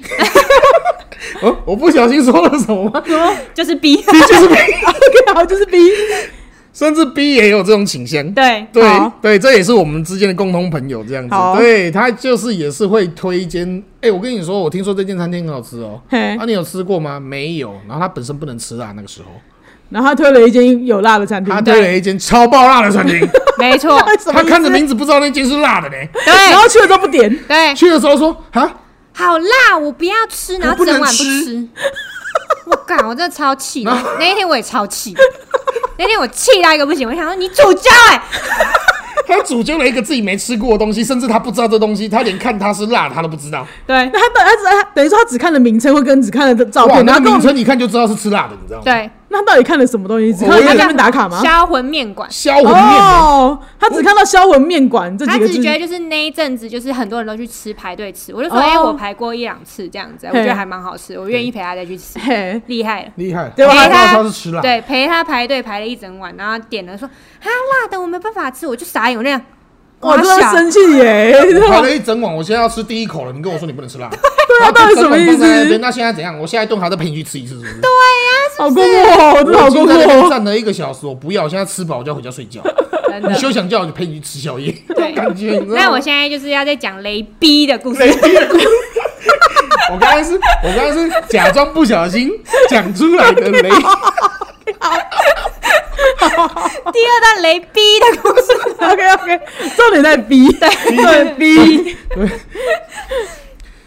[SPEAKER 3] 哦，我不小心说了什么吗？
[SPEAKER 2] 就是逼，
[SPEAKER 3] 逼就是逼，嗯
[SPEAKER 1] OK，好，就是 B。
[SPEAKER 3] 甚至逼也有这种倾向。
[SPEAKER 2] 对
[SPEAKER 3] 对
[SPEAKER 1] 好
[SPEAKER 3] 对，这也是我们之间的共同朋友，这样子
[SPEAKER 1] 好。
[SPEAKER 3] 对他就是也是会推荐。哎、我跟你说，我听说这间餐厅很好吃哦、
[SPEAKER 1] 嘿
[SPEAKER 3] 啊，，你有吃过吗？没有。然后他本身不能吃辣，那个时候
[SPEAKER 1] 然后他推了一间有辣的餐厅
[SPEAKER 3] 他，推了一间超爆辣的餐 厅，
[SPEAKER 2] 没错，
[SPEAKER 1] 什么
[SPEAKER 3] 他
[SPEAKER 1] 意思
[SPEAKER 3] 看着名字不知道那间是 辣的呢。
[SPEAKER 1] 然
[SPEAKER 2] 对
[SPEAKER 1] 后去了之后不点，
[SPEAKER 2] 对，
[SPEAKER 3] 去的时候说啊，
[SPEAKER 2] 好辣，我不要吃，然
[SPEAKER 3] 我不
[SPEAKER 2] 后整
[SPEAKER 3] 能
[SPEAKER 2] 碗不
[SPEAKER 3] 吃
[SPEAKER 2] 吃。我干，我真的超气的
[SPEAKER 3] 然后，
[SPEAKER 2] 那一天我也超气的，那天我气到一个不行，我想说你主教哎、
[SPEAKER 3] 他煮就了一个自己没吃过的东西，甚至他不知道这东西，他连看它是辣的他都不知道。
[SPEAKER 2] 对
[SPEAKER 1] 那他等他只他等于说他只看了名称，会跟只看了照
[SPEAKER 3] 哇，
[SPEAKER 1] 片，然
[SPEAKER 3] 那
[SPEAKER 1] 后跟
[SPEAKER 3] 名
[SPEAKER 1] 我
[SPEAKER 3] 称一看就知道是吃辣的，你知道吗？，
[SPEAKER 2] 对，
[SPEAKER 1] 那他到底看了什么东西？只看
[SPEAKER 3] 我
[SPEAKER 1] 到
[SPEAKER 3] 以为
[SPEAKER 1] 他在那边打卡吗？
[SPEAKER 2] 销魂面馆，
[SPEAKER 3] 销魂面呢。
[SPEAKER 1] 哦，他只看到销魂面馆这
[SPEAKER 2] 他
[SPEAKER 1] 几个
[SPEAKER 2] 只是
[SPEAKER 1] 字
[SPEAKER 2] 觉，得就是那一阵子，就是很多人都去吃排队吃，我就说
[SPEAKER 1] 哦
[SPEAKER 2] 哎、我排过一两次这样子，我觉
[SPEAKER 1] 嘿
[SPEAKER 2] 得还蛮好吃，我愿意陪他再去吃，
[SPEAKER 1] 嘿，
[SPEAKER 2] 厉害了。
[SPEAKER 3] 厉害，
[SPEAKER 1] 对吧
[SPEAKER 3] 他
[SPEAKER 2] 陪
[SPEAKER 3] 知道
[SPEAKER 2] 他
[SPEAKER 3] 他是吃辣，
[SPEAKER 2] 对，陪他排队排了一整晚，然后点了说啊辣的我没办法吃，我就傻眼，我那样，
[SPEAKER 1] 哇，哦真的
[SPEAKER 2] 傻
[SPEAKER 1] 生气耶！
[SPEAKER 3] 我排了一整晚，我现在要吃第一口了，你跟我说你不能 吃辣，对
[SPEAKER 1] 啊到底什么意思
[SPEAKER 3] 那现在怎样？我下一顿还再陪你去吃一次，是不 是？
[SPEAKER 1] 好过分哦，真的
[SPEAKER 3] 我
[SPEAKER 1] 好过
[SPEAKER 3] 已经在那边
[SPEAKER 1] 分哦。
[SPEAKER 3] 站了一个小时，我不要，我现在吃饱我就要回家睡 觉。
[SPEAKER 2] 真
[SPEAKER 3] 你
[SPEAKER 2] 的。
[SPEAKER 3] 休想叫我陪你去吃宵夜，这 种
[SPEAKER 2] 对
[SPEAKER 3] 感觉。你知道吗
[SPEAKER 1] 哦
[SPEAKER 2] 那我现在就是要在讲雷逼的故事，
[SPEAKER 3] 雷劈的故事我刚才是，我刚才是假装不小心讲出来的 雷。
[SPEAKER 2] 第二段雷逼的故事。
[SPEAKER 1] OK OK，重点在 B，对 B，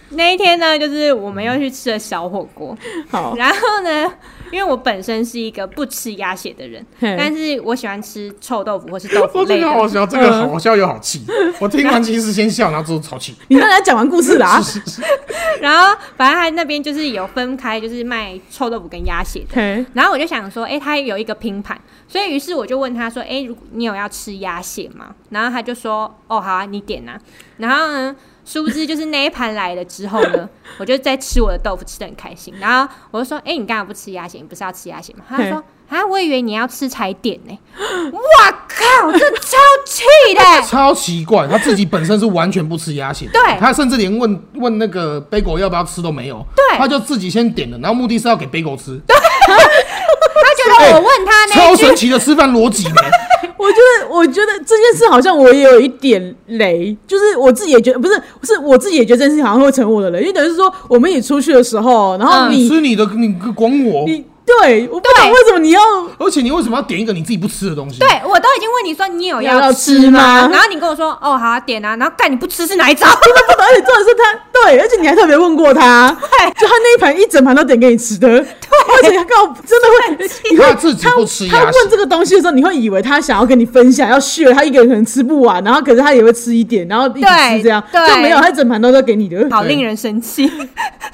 [SPEAKER 2] 那一天呢，就是我们又去吃了小火锅，
[SPEAKER 1] 好，
[SPEAKER 2] 然后呢，因为我本身是一个不吃鸭血的人，
[SPEAKER 1] 嘿
[SPEAKER 2] 但是我喜欢吃臭豆腐或是豆腐
[SPEAKER 3] 我这
[SPEAKER 2] 类
[SPEAKER 3] 个
[SPEAKER 2] 的。
[SPEAKER 3] 好笑，这个好笑又好气。我听完其实先笑，然后之后超气。
[SPEAKER 1] 你让他讲完故事啦。
[SPEAKER 2] 然后反正他那边就是有分开，就是卖臭豆腐跟鸭血的。
[SPEAKER 1] 嘿，
[SPEAKER 2] 然后我就想说，哎、他有一个拼盘，所以于是我就问他说，哎、如果你有要吃鸭血吗？然后他就说，哦，好啊，你点啊。然后呢，殊不知就是那一盘来了之后 呢，我就在吃我的豆腐，吃的很开心。然后我就说，哎、你干嘛不吃鸭血？你不是要吃鸭 血吗？他就说，啊，我以为你要吃才点呢、哇靠，这超气 的、
[SPEAKER 3] 超奇怪，他自己本身是完全不吃鸭血的，
[SPEAKER 2] 对
[SPEAKER 3] 他甚至连问问那个 b a g e 要不要吃都没有，
[SPEAKER 2] 对
[SPEAKER 3] 他就自己先点了，然后目的是要给 b a g e 吃，
[SPEAKER 2] 他觉得我问他那
[SPEAKER 3] 超
[SPEAKER 2] 一句
[SPEAKER 3] 神奇的吃饭逻辑呢，
[SPEAKER 1] 我觉得，我觉得这件事好像我也有一点雷，就是我自己也觉得不是，是我自己也觉得这件事情好像会成我的雷，因为等于是说我们也出去的时候，然后
[SPEAKER 2] 嗯
[SPEAKER 1] 你
[SPEAKER 3] 吃你的，你管我，
[SPEAKER 1] 你对，我不懂
[SPEAKER 2] 对
[SPEAKER 1] 为什么你要
[SPEAKER 3] 而且你为什么要点一个你自己不吃的东西？
[SPEAKER 2] 对，我都已经问你说你有
[SPEAKER 1] 你有要
[SPEAKER 2] 要
[SPEAKER 1] 吃
[SPEAKER 2] 吃
[SPEAKER 1] 吗
[SPEAKER 2] 吗？然后你跟我说哦好啊点啊，然后干你不吃是 哪一招？
[SPEAKER 1] 不懂，而且重点是他对，而且你还特别问过他，就他那一盘一整盘都点给你吃的，对，而且他告真的会，你会
[SPEAKER 3] 他自己不吃
[SPEAKER 1] 他
[SPEAKER 3] 鸭血，
[SPEAKER 1] 问这个东西的时候，你会以为他想要跟你分享，要 share，他一个人可能吃不完，然后可是他也会吃一点，然后一起吃
[SPEAKER 2] 对
[SPEAKER 1] 这样，
[SPEAKER 2] 对
[SPEAKER 1] 就没有他整盘都在给你的。
[SPEAKER 2] 好令人生气。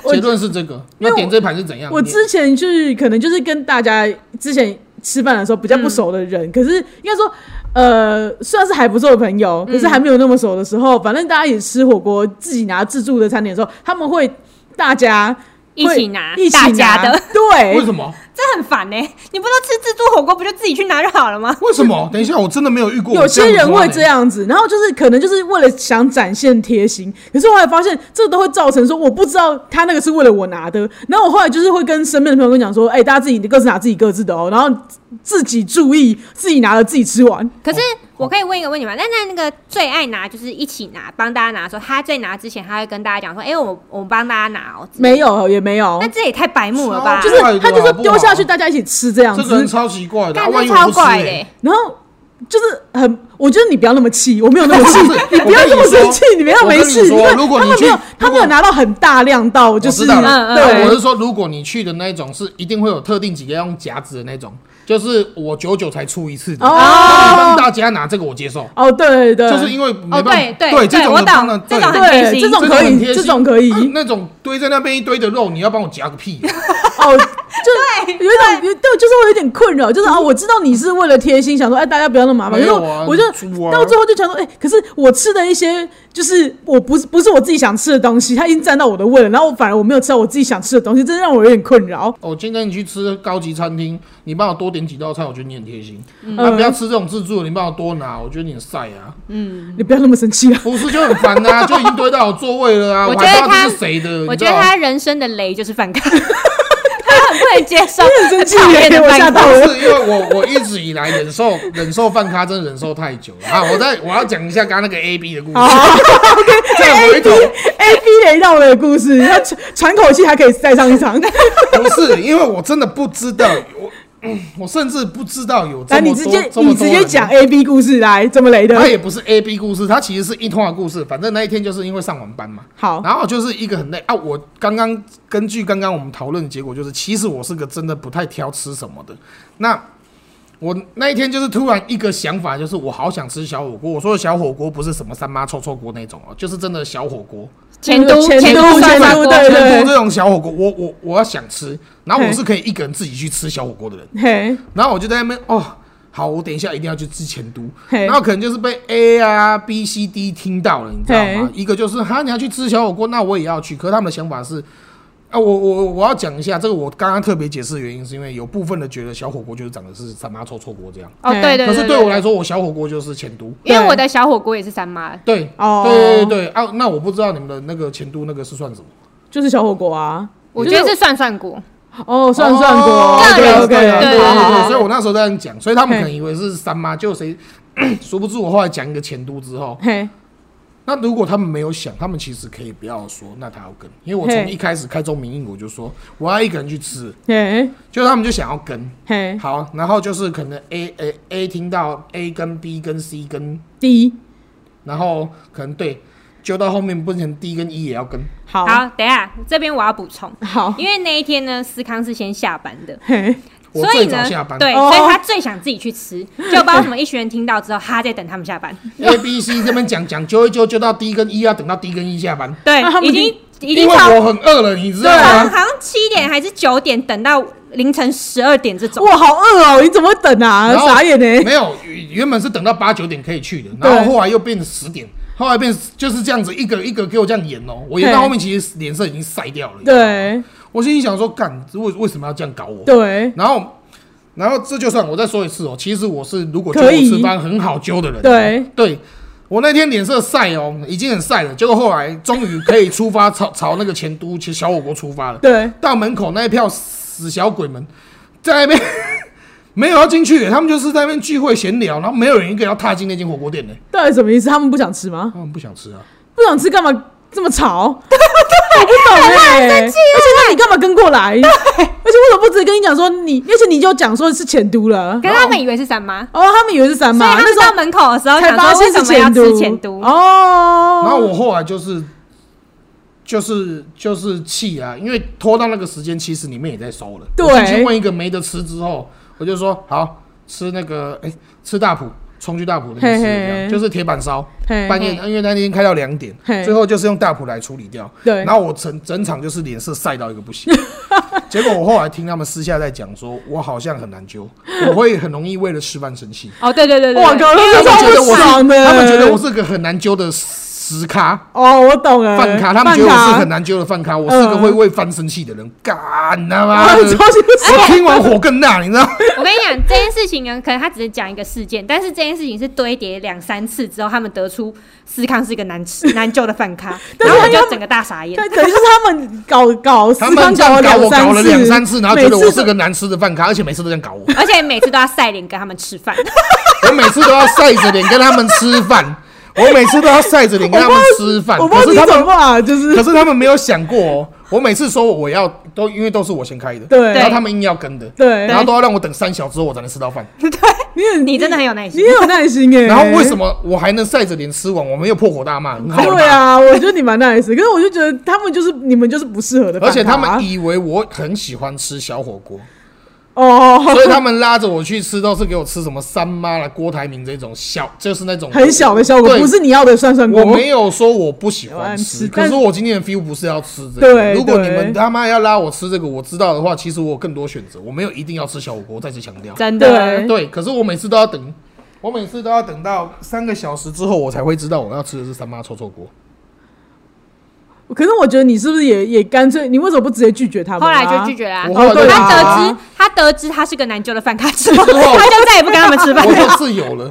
[SPEAKER 3] 结论是这个，
[SPEAKER 1] 因为
[SPEAKER 3] 那
[SPEAKER 1] 我
[SPEAKER 3] 点这盘是怎样？
[SPEAKER 1] 我之前就是可能就是跟大家之前吃饭的时候比较不熟的
[SPEAKER 2] 嗯
[SPEAKER 1] 人，可是应该说，呃，算是还不错的朋友，可是还没有那么熟的时
[SPEAKER 2] 嗯
[SPEAKER 1] 候，反正大家一起吃火锅，自己拿自助的餐点的时候，他们会大家
[SPEAKER 2] 一
[SPEAKER 1] 会
[SPEAKER 2] 起拿
[SPEAKER 1] 一起
[SPEAKER 2] 大
[SPEAKER 1] 拿
[SPEAKER 2] 家的，
[SPEAKER 3] 为
[SPEAKER 1] 对。
[SPEAKER 3] 什么？
[SPEAKER 2] 这很烦呢、你不都吃自助火锅，不就自己去拿就好了吗？
[SPEAKER 3] 为什么？等一下，我真的没有遇过
[SPEAKER 1] 有些人会这
[SPEAKER 3] 样
[SPEAKER 1] 样子，然后就是可能就是为了想展现贴心，可是我后来发现这都会造成说我不知道他那个是为了我拿的，然后我后来就是会跟身边的朋友跟讲说，哎、大家自己各自拿自己各自的哦，然后自己注意自己拿了自己吃完，
[SPEAKER 2] 可是我可以问一个问题吗？那那那个最爱拿就是一起拿，帮大家拿的时候，他在拿之前，他会跟大家讲说：“哎、我我帮大家拿哦。”
[SPEAKER 1] 没有，也没有
[SPEAKER 2] 那，这也太白目了吧？
[SPEAKER 3] 超
[SPEAKER 1] 就是他就是丢下下去大家一起吃这样
[SPEAKER 3] 这
[SPEAKER 1] 子，
[SPEAKER 3] 个人超奇怪的，啊
[SPEAKER 2] 干
[SPEAKER 3] 万
[SPEAKER 2] 这
[SPEAKER 3] 一我
[SPEAKER 2] 超
[SPEAKER 3] 不吃
[SPEAKER 2] 怪的
[SPEAKER 3] 欸
[SPEAKER 2] 欸，
[SPEAKER 1] 然后就是很，我觉得你不要那么气，我没有那么 气，
[SPEAKER 3] 不是
[SPEAKER 1] 你不要这么生气，
[SPEAKER 3] 我跟你说
[SPEAKER 1] 你不要没事。
[SPEAKER 3] 我跟你说
[SPEAKER 1] 因为
[SPEAKER 3] 如果
[SPEAKER 1] 他
[SPEAKER 3] 你
[SPEAKER 1] 们
[SPEAKER 3] 去
[SPEAKER 1] 没有，
[SPEAKER 3] 如
[SPEAKER 1] 他没
[SPEAKER 3] 果
[SPEAKER 1] 有拿到很大量到，就
[SPEAKER 3] 我
[SPEAKER 1] 是
[SPEAKER 3] 知道
[SPEAKER 2] 嗯
[SPEAKER 3] 了。对，
[SPEAKER 2] 嗯
[SPEAKER 3] 我是说，如果你去的那一种是一定会有特定几个要用夹子的那种，就是我久久才出一次的，帮
[SPEAKER 1] 哦
[SPEAKER 3] 大家拿这个我接受，
[SPEAKER 1] 哦，对对，
[SPEAKER 3] 就是因为没
[SPEAKER 2] 哦，
[SPEAKER 3] 办法
[SPEAKER 2] 对，对
[SPEAKER 3] 这种
[SPEAKER 2] 我
[SPEAKER 3] 的当然
[SPEAKER 2] 懂，这种很
[SPEAKER 1] 对
[SPEAKER 2] 贴心，
[SPEAKER 1] 这种
[SPEAKER 3] 这
[SPEAKER 1] 可以，
[SPEAKER 3] 很贴
[SPEAKER 1] 这
[SPEAKER 3] 心
[SPEAKER 1] 种可以
[SPEAKER 3] 啊那种堆在那边一堆的肉，你要帮我夹个屁，啊
[SPEAKER 1] 哦，就有一种有对，就是会有点困扰，就是啊，我知道你是为了贴心，想说哎大家不要那么麻烦，
[SPEAKER 3] 没
[SPEAKER 1] 可是
[SPEAKER 3] 有啊
[SPEAKER 1] 我我就
[SPEAKER 3] 猪啊
[SPEAKER 1] 到最后就想说，哎，可是我吃的一些就是我不是不是我自己想吃的东西，它已经占到我的胃了，然后我反而我没有吃到我自己想吃的东西，这让我有点困扰。
[SPEAKER 3] 哦，今天你去吃高级餐厅，你帮我多点几道菜，我觉得你很贴心。
[SPEAKER 1] 嗯
[SPEAKER 3] 啊，不要吃这种自助的，你帮我多拿，我觉得你很晒啊。
[SPEAKER 1] 你不要那么生气啊。
[SPEAKER 3] 不是就很烦啊， 就已经堆到我座位了啊，
[SPEAKER 2] 我
[SPEAKER 3] 我
[SPEAKER 2] 觉
[SPEAKER 3] 还
[SPEAKER 2] 得
[SPEAKER 3] 不
[SPEAKER 2] 他
[SPEAKER 3] 知道这是谁的，
[SPEAKER 2] 我
[SPEAKER 3] 你
[SPEAKER 2] 觉
[SPEAKER 3] 知
[SPEAKER 2] 得
[SPEAKER 3] 道吗
[SPEAKER 2] 他人生的雷就是反抗，他很不能接 受，
[SPEAKER 1] 很生
[SPEAKER 2] 很
[SPEAKER 1] 气
[SPEAKER 2] 讨厌
[SPEAKER 1] 耶
[SPEAKER 2] 的
[SPEAKER 1] 我吓
[SPEAKER 2] 反
[SPEAKER 1] 到
[SPEAKER 2] 抗。
[SPEAKER 1] 了
[SPEAKER 3] 不是因为我我一直以来忍受忍受饭咖真的忍受太久了啊！我在我要讲一下刚刚那个 A B 的故事， 再回头
[SPEAKER 1] 哦 A B 雷到我的故事，他喘喘口气还可以再上一 场。
[SPEAKER 3] 不是因为我真的不知道，我嗯我甚至不知道有
[SPEAKER 1] 来，
[SPEAKER 3] 这么
[SPEAKER 1] 你直接
[SPEAKER 3] 多这么
[SPEAKER 1] 你
[SPEAKER 3] 多
[SPEAKER 1] 直接
[SPEAKER 3] 人哎
[SPEAKER 1] 讲 A B 故事来，怎么雷的
[SPEAKER 3] 它？也不是 A B 故事，它其实是一通的故事。反正那一天就是因为上晚班嘛，
[SPEAKER 1] 好
[SPEAKER 3] 然后就是一个很累啊。我刚刚根据刚刚我们讨论的结果，就是其实我是个真的不太挑吃什么的。那我那一天就是突然一个想法，就是我好想吃小火锅。我说的小火锅不是什么三妈臭臭锅那种哦，就是真的小火锅，
[SPEAKER 2] 前都
[SPEAKER 1] 前
[SPEAKER 2] 前
[SPEAKER 1] 都
[SPEAKER 2] 都
[SPEAKER 1] 前都对
[SPEAKER 3] 很
[SPEAKER 1] 对
[SPEAKER 3] 多这种小火锅，我我我要想吃，然后我
[SPEAKER 1] 嘿
[SPEAKER 3] 是可以一个人自己去吃小火锅的人。
[SPEAKER 1] 嘿，
[SPEAKER 3] 然后我就在那边哦，好，我等一下一定要去吃前都，
[SPEAKER 1] 嘿
[SPEAKER 3] 然后可能就是被 A 啊、B、C、D 听到了，你知道吗
[SPEAKER 1] 嘿？
[SPEAKER 3] 一个就是哈，你要去吃小火锅，那我也要去。可是他们的想法是，啊，我我我要讲一下这个，我刚刚特别解释的原因是因为有部分的觉得小火锅就是长得是三妈臭臭锅这样，
[SPEAKER 2] 哦，对对，
[SPEAKER 3] 可是对我来，说，我小火锅就是前都。
[SPEAKER 2] 因为我的小火锅也是三妈，
[SPEAKER 3] 对，
[SPEAKER 1] 哦
[SPEAKER 3] 对对对啊，那我不知道你们的那个前都那个是算什么？
[SPEAKER 1] 就是小火锅啊。
[SPEAKER 2] 我觉得是涮涮锅，
[SPEAKER 1] 哦，算算锅
[SPEAKER 3] 哦对啊
[SPEAKER 1] OK
[SPEAKER 3] 对啊
[SPEAKER 1] OK，
[SPEAKER 2] 对
[SPEAKER 3] 对啊
[SPEAKER 2] 对
[SPEAKER 1] 好
[SPEAKER 3] 对
[SPEAKER 1] 好
[SPEAKER 3] 啊，
[SPEAKER 1] 好
[SPEAKER 3] 所以我那时候这样讲，所以他们
[SPEAKER 1] 嘿
[SPEAKER 3] 可能以为是三妈，就谁 殊不知我后来讲一个前都之后，
[SPEAKER 1] 嘿，
[SPEAKER 3] 那如果他们没有想，他们其实可以不要说，那他要跟，因为我从
[SPEAKER 1] 嘿
[SPEAKER 3] 一开始开宗明义我就说我要一个人去吃，
[SPEAKER 1] 嘿，
[SPEAKER 3] 就他们就想要跟。
[SPEAKER 1] 嘿
[SPEAKER 3] 好，然后就是可能 A A A 听到 A 跟 B 跟 C 跟，
[SPEAKER 1] ，D，
[SPEAKER 3] 然后可能对，就到后面变成 D 跟 E 也要跟，
[SPEAKER 1] 好，
[SPEAKER 2] 好，等一下这边我要补充，
[SPEAKER 1] 好，
[SPEAKER 2] 因为那一天呢，思康是先下班的，
[SPEAKER 1] 嘿，
[SPEAKER 3] 我
[SPEAKER 2] 所以
[SPEAKER 3] 最早
[SPEAKER 2] 呢
[SPEAKER 3] 下班，
[SPEAKER 2] 对，
[SPEAKER 1] 哦
[SPEAKER 2] 所以他最想自己 去吃，就不知道为什么一群人听到之后，他在等他们下班，
[SPEAKER 3] ，A B C 这边讲讲揪一揪，揪到 D 跟 E 要等到 D 跟 E 下班，
[SPEAKER 2] 对
[SPEAKER 1] 那他，们一
[SPEAKER 2] 已
[SPEAKER 1] 定
[SPEAKER 2] 经已
[SPEAKER 3] 因
[SPEAKER 2] 经
[SPEAKER 3] 为
[SPEAKER 2] 超
[SPEAKER 3] 我
[SPEAKER 1] 啊
[SPEAKER 3] 很饿了，你知道
[SPEAKER 2] 对啊好
[SPEAKER 3] 吗？
[SPEAKER 2] 像七点还是九点等到凌晨十二点这种，
[SPEAKER 1] 哇，好饿哦，你怎么会等啊？
[SPEAKER 3] 然后
[SPEAKER 1] 傻眼呢。
[SPEAKER 3] 没有，原本是等到八九点可以去的，然后后来又变成十点，后来变成就是这样子，一个一个给我这样演哦、我演到
[SPEAKER 1] 对
[SPEAKER 3] 后面其实脸色已经晒掉了。你知道吗，
[SPEAKER 1] 对
[SPEAKER 3] 我心里想说，干，为为什么要这样搞我？
[SPEAKER 1] 对
[SPEAKER 3] 然后，然后这就算我再说一次哦、其实我是如果就
[SPEAKER 1] 可
[SPEAKER 3] 我
[SPEAKER 1] 以
[SPEAKER 3] 吃饭很好揪的人，
[SPEAKER 1] 对
[SPEAKER 3] 对。我那天脸色晒哦、已经很晒了。结果后来终于可以出发， 朝朝那个前都其实小火锅出发了。
[SPEAKER 1] 对，
[SPEAKER 3] 到门口那一票死小鬼们在那边 没有要进去，他们就是在那边聚会闲聊，然后没有人一个要踏进那间火锅店的，
[SPEAKER 1] 到底什么意思？他们不想吃吗？
[SPEAKER 3] 他们不想吃啊。
[SPEAKER 1] 不想吃干嘛这么吵？我不懂哎、而且
[SPEAKER 2] 啊
[SPEAKER 1] 那你干嘛跟过来？而且为什么不直接跟你讲说你？而且你就讲说是前都了。
[SPEAKER 2] 可是他们以为是三妈，
[SPEAKER 1] 哦，他们以为是三
[SPEAKER 2] 所以
[SPEAKER 1] 妈，
[SPEAKER 2] 他
[SPEAKER 1] 那
[SPEAKER 2] 们
[SPEAKER 1] 时
[SPEAKER 2] 到
[SPEAKER 1] 候
[SPEAKER 2] 门口的时候
[SPEAKER 1] 才
[SPEAKER 2] 想
[SPEAKER 1] 发
[SPEAKER 2] 说
[SPEAKER 1] 现
[SPEAKER 2] 为
[SPEAKER 1] 是
[SPEAKER 2] 什么要
[SPEAKER 1] 都。
[SPEAKER 2] 吃前都，
[SPEAKER 1] 哦，
[SPEAKER 3] 然后我后来就是就是就是气啊，因为拖到那个时间，其实你们也在收了。
[SPEAKER 1] 对
[SPEAKER 3] 我进去问一个没得吃之后，我就说好吃那个哎、吃大埔。冲去大埔那边吃，
[SPEAKER 1] 嘿嘿嘿
[SPEAKER 3] 这样就是铁板烧，
[SPEAKER 1] 嘿
[SPEAKER 3] 半夜因为那天开到两点，
[SPEAKER 1] 嘿
[SPEAKER 3] 最后就是用大埔来处理掉。
[SPEAKER 1] 对
[SPEAKER 3] 然后我整整场就是脸色晒到一个不 行。结果我后来听他们私下在讲说，我好像很难揪，我会很容易为了吃饭生气。
[SPEAKER 2] 哦，对对对对，
[SPEAKER 1] 哇
[SPEAKER 2] 对
[SPEAKER 1] 靠，那
[SPEAKER 3] 他
[SPEAKER 1] 时候
[SPEAKER 3] 们觉得
[SPEAKER 1] 超不
[SPEAKER 3] 我是，
[SPEAKER 1] 爽的，
[SPEAKER 3] 他们觉得我是个很难揪的食咖。
[SPEAKER 1] 哦，我懂了，
[SPEAKER 3] 饭咖，他们觉得我是很难揪的饭咖，我是个会为饭生气的人，干他妈
[SPEAKER 1] 啊，
[SPEAKER 3] 的！
[SPEAKER 1] 超级不爽，
[SPEAKER 3] 我听完火更大，你 知道？
[SPEAKER 2] 我跟你讲这件事情呢，可能他只是讲一个事件，但是这件事情是堆叠两三次之后，他们得出思康是一个难吃难救的饭 咖，
[SPEAKER 1] 但
[SPEAKER 2] 啊然
[SPEAKER 1] 是
[SPEAKER 2] 后
[SPEAKER 1] 他
[SPEAKER 2] 我就整个大傻眼。
[SPEAKER 1] 对，哎等于就是他们搞搞
[SPEAKER 3] 他
[SPEAKER 1] 思
[SPEAKER 3] 们
[SPEAKER 1] 康
[SPEAKER 3] 这样
[SPEAKER 1] 了
[SPEAKER 3] 搞我，
[SPEAKER 1] 两
[SPEAKER 3] 搞了两三
[SPEAKER 1] 三
[SPEAKER 3] 次，然后觉得
[SPEAKER 1] 每
[SPEAKER 3] 我
[SPEAKER 1] 次
[SPEAKER 3] 是个难吃的饭咖，而且每次都这样搞我，
[SPEAKER 2] 而且每次都要晒脸跟他们吃饭，
[SPEAKER 3] 我每次都要晒着脸跟他们吃饭。我每次都要晒着脸跟他们吃饭，
[SPEAKER 1] 我不
[SPEAKER 3] 可
[SPEAKER 1] 知道
[SPEAKER 3] 是
[SPEAKER 1] 你
[SPEAKER 3] 他
[SPEAKER 1] 怎么
[SPEAKER 3] 们
[SPEAKER 1] 骂，就是
[SPEAKER 3] 可是他们没有想过哦。我每次说我要都因为都是我先开的，
[SPEAKER 1] 对
[SPEAKER 3] 然后他们硬要跟的，
[SPEAKER 1] 对
[SPEAKER 3] 然后都要让我等三小时后我才能吃到饭。
[SPEAKER 1] 你很
[SPEAKER 2] 你真的很有耐
[SPEAKER 1] 你
[SPEAKER 2] 心。
[SPEAKER 1] 很有耐心耶。
[SPEAKER 3] 然后为什？么我还能晒着脸吃完？我没有破口大骂，很好
[SPEAKER 1] 对
[SPEAKER 3] 吧？
[SPEAKER 1] 啊，我觉得你蛮 nice，可是我就觉得他们就是你们就是不适合的饭卡啊，
[SPEAKER 3] 而且他们以为我很喜欢吃小火锅，
[SPEAKER 1] 哦
[SPEAKER 3] 所以他们拉着我去吃，都是给我吃什么三妈啦、郭台铭这种小，就是那种
[SPEAKER 1] 很小的效果，
[SPEAKER 3] 对
[SPEAKER 1] 不是你要的涮涮锅
[SPEAKER 3] 我。没有说我不喜欢
[SPEAKER 1] 喜
[SPEAKER 3] 吃，
[SPEAKER 1] 欢吃但
[SPEAKER 3] 可是我今天的 feel 不是要吃这个。
[SPEAKER 1] 对
[SPEAKER 3] 如果你
[SPEAKER 1] 对
[SPEAKER 3] 们他妈要拉我吃这个，我知道的话，其实我有更多选择，我没有一定要吃小火锅。再次强调，
[SPEAKER 2] 真
[SPEAKER 1] 对
[SPEAKER 2] 的，
[SPEAKER 3] 对，可是我每次都要等，我每次都要等到三个小时之后，我才会知道我要吃的是三妈臭臭 锅。
[SPEAKER 1] 可是我觉得你是不是也也干脆，你为什么不直接拒绝他们
[SPEAKER 2] 后
[SPEAKER 1] 啊？
[SPEAKER 2] 来就拒绝啦。
[SPEAKER 3] 我后来
[SPEAKER 1] 哦对
[SPEAKER 3] 就
[SPEAKER 1] 啊
[SPEAKER 2] 他得知他得知他是个难救的饭卡之 后，
[SPEAKER 3] 之后
[SPEAKER 2] 他就再也不跟他们吃饭
[SPEAKER 3] 我
[SPEAKER 2] 了。
[SPEAKER 3] 就自由了，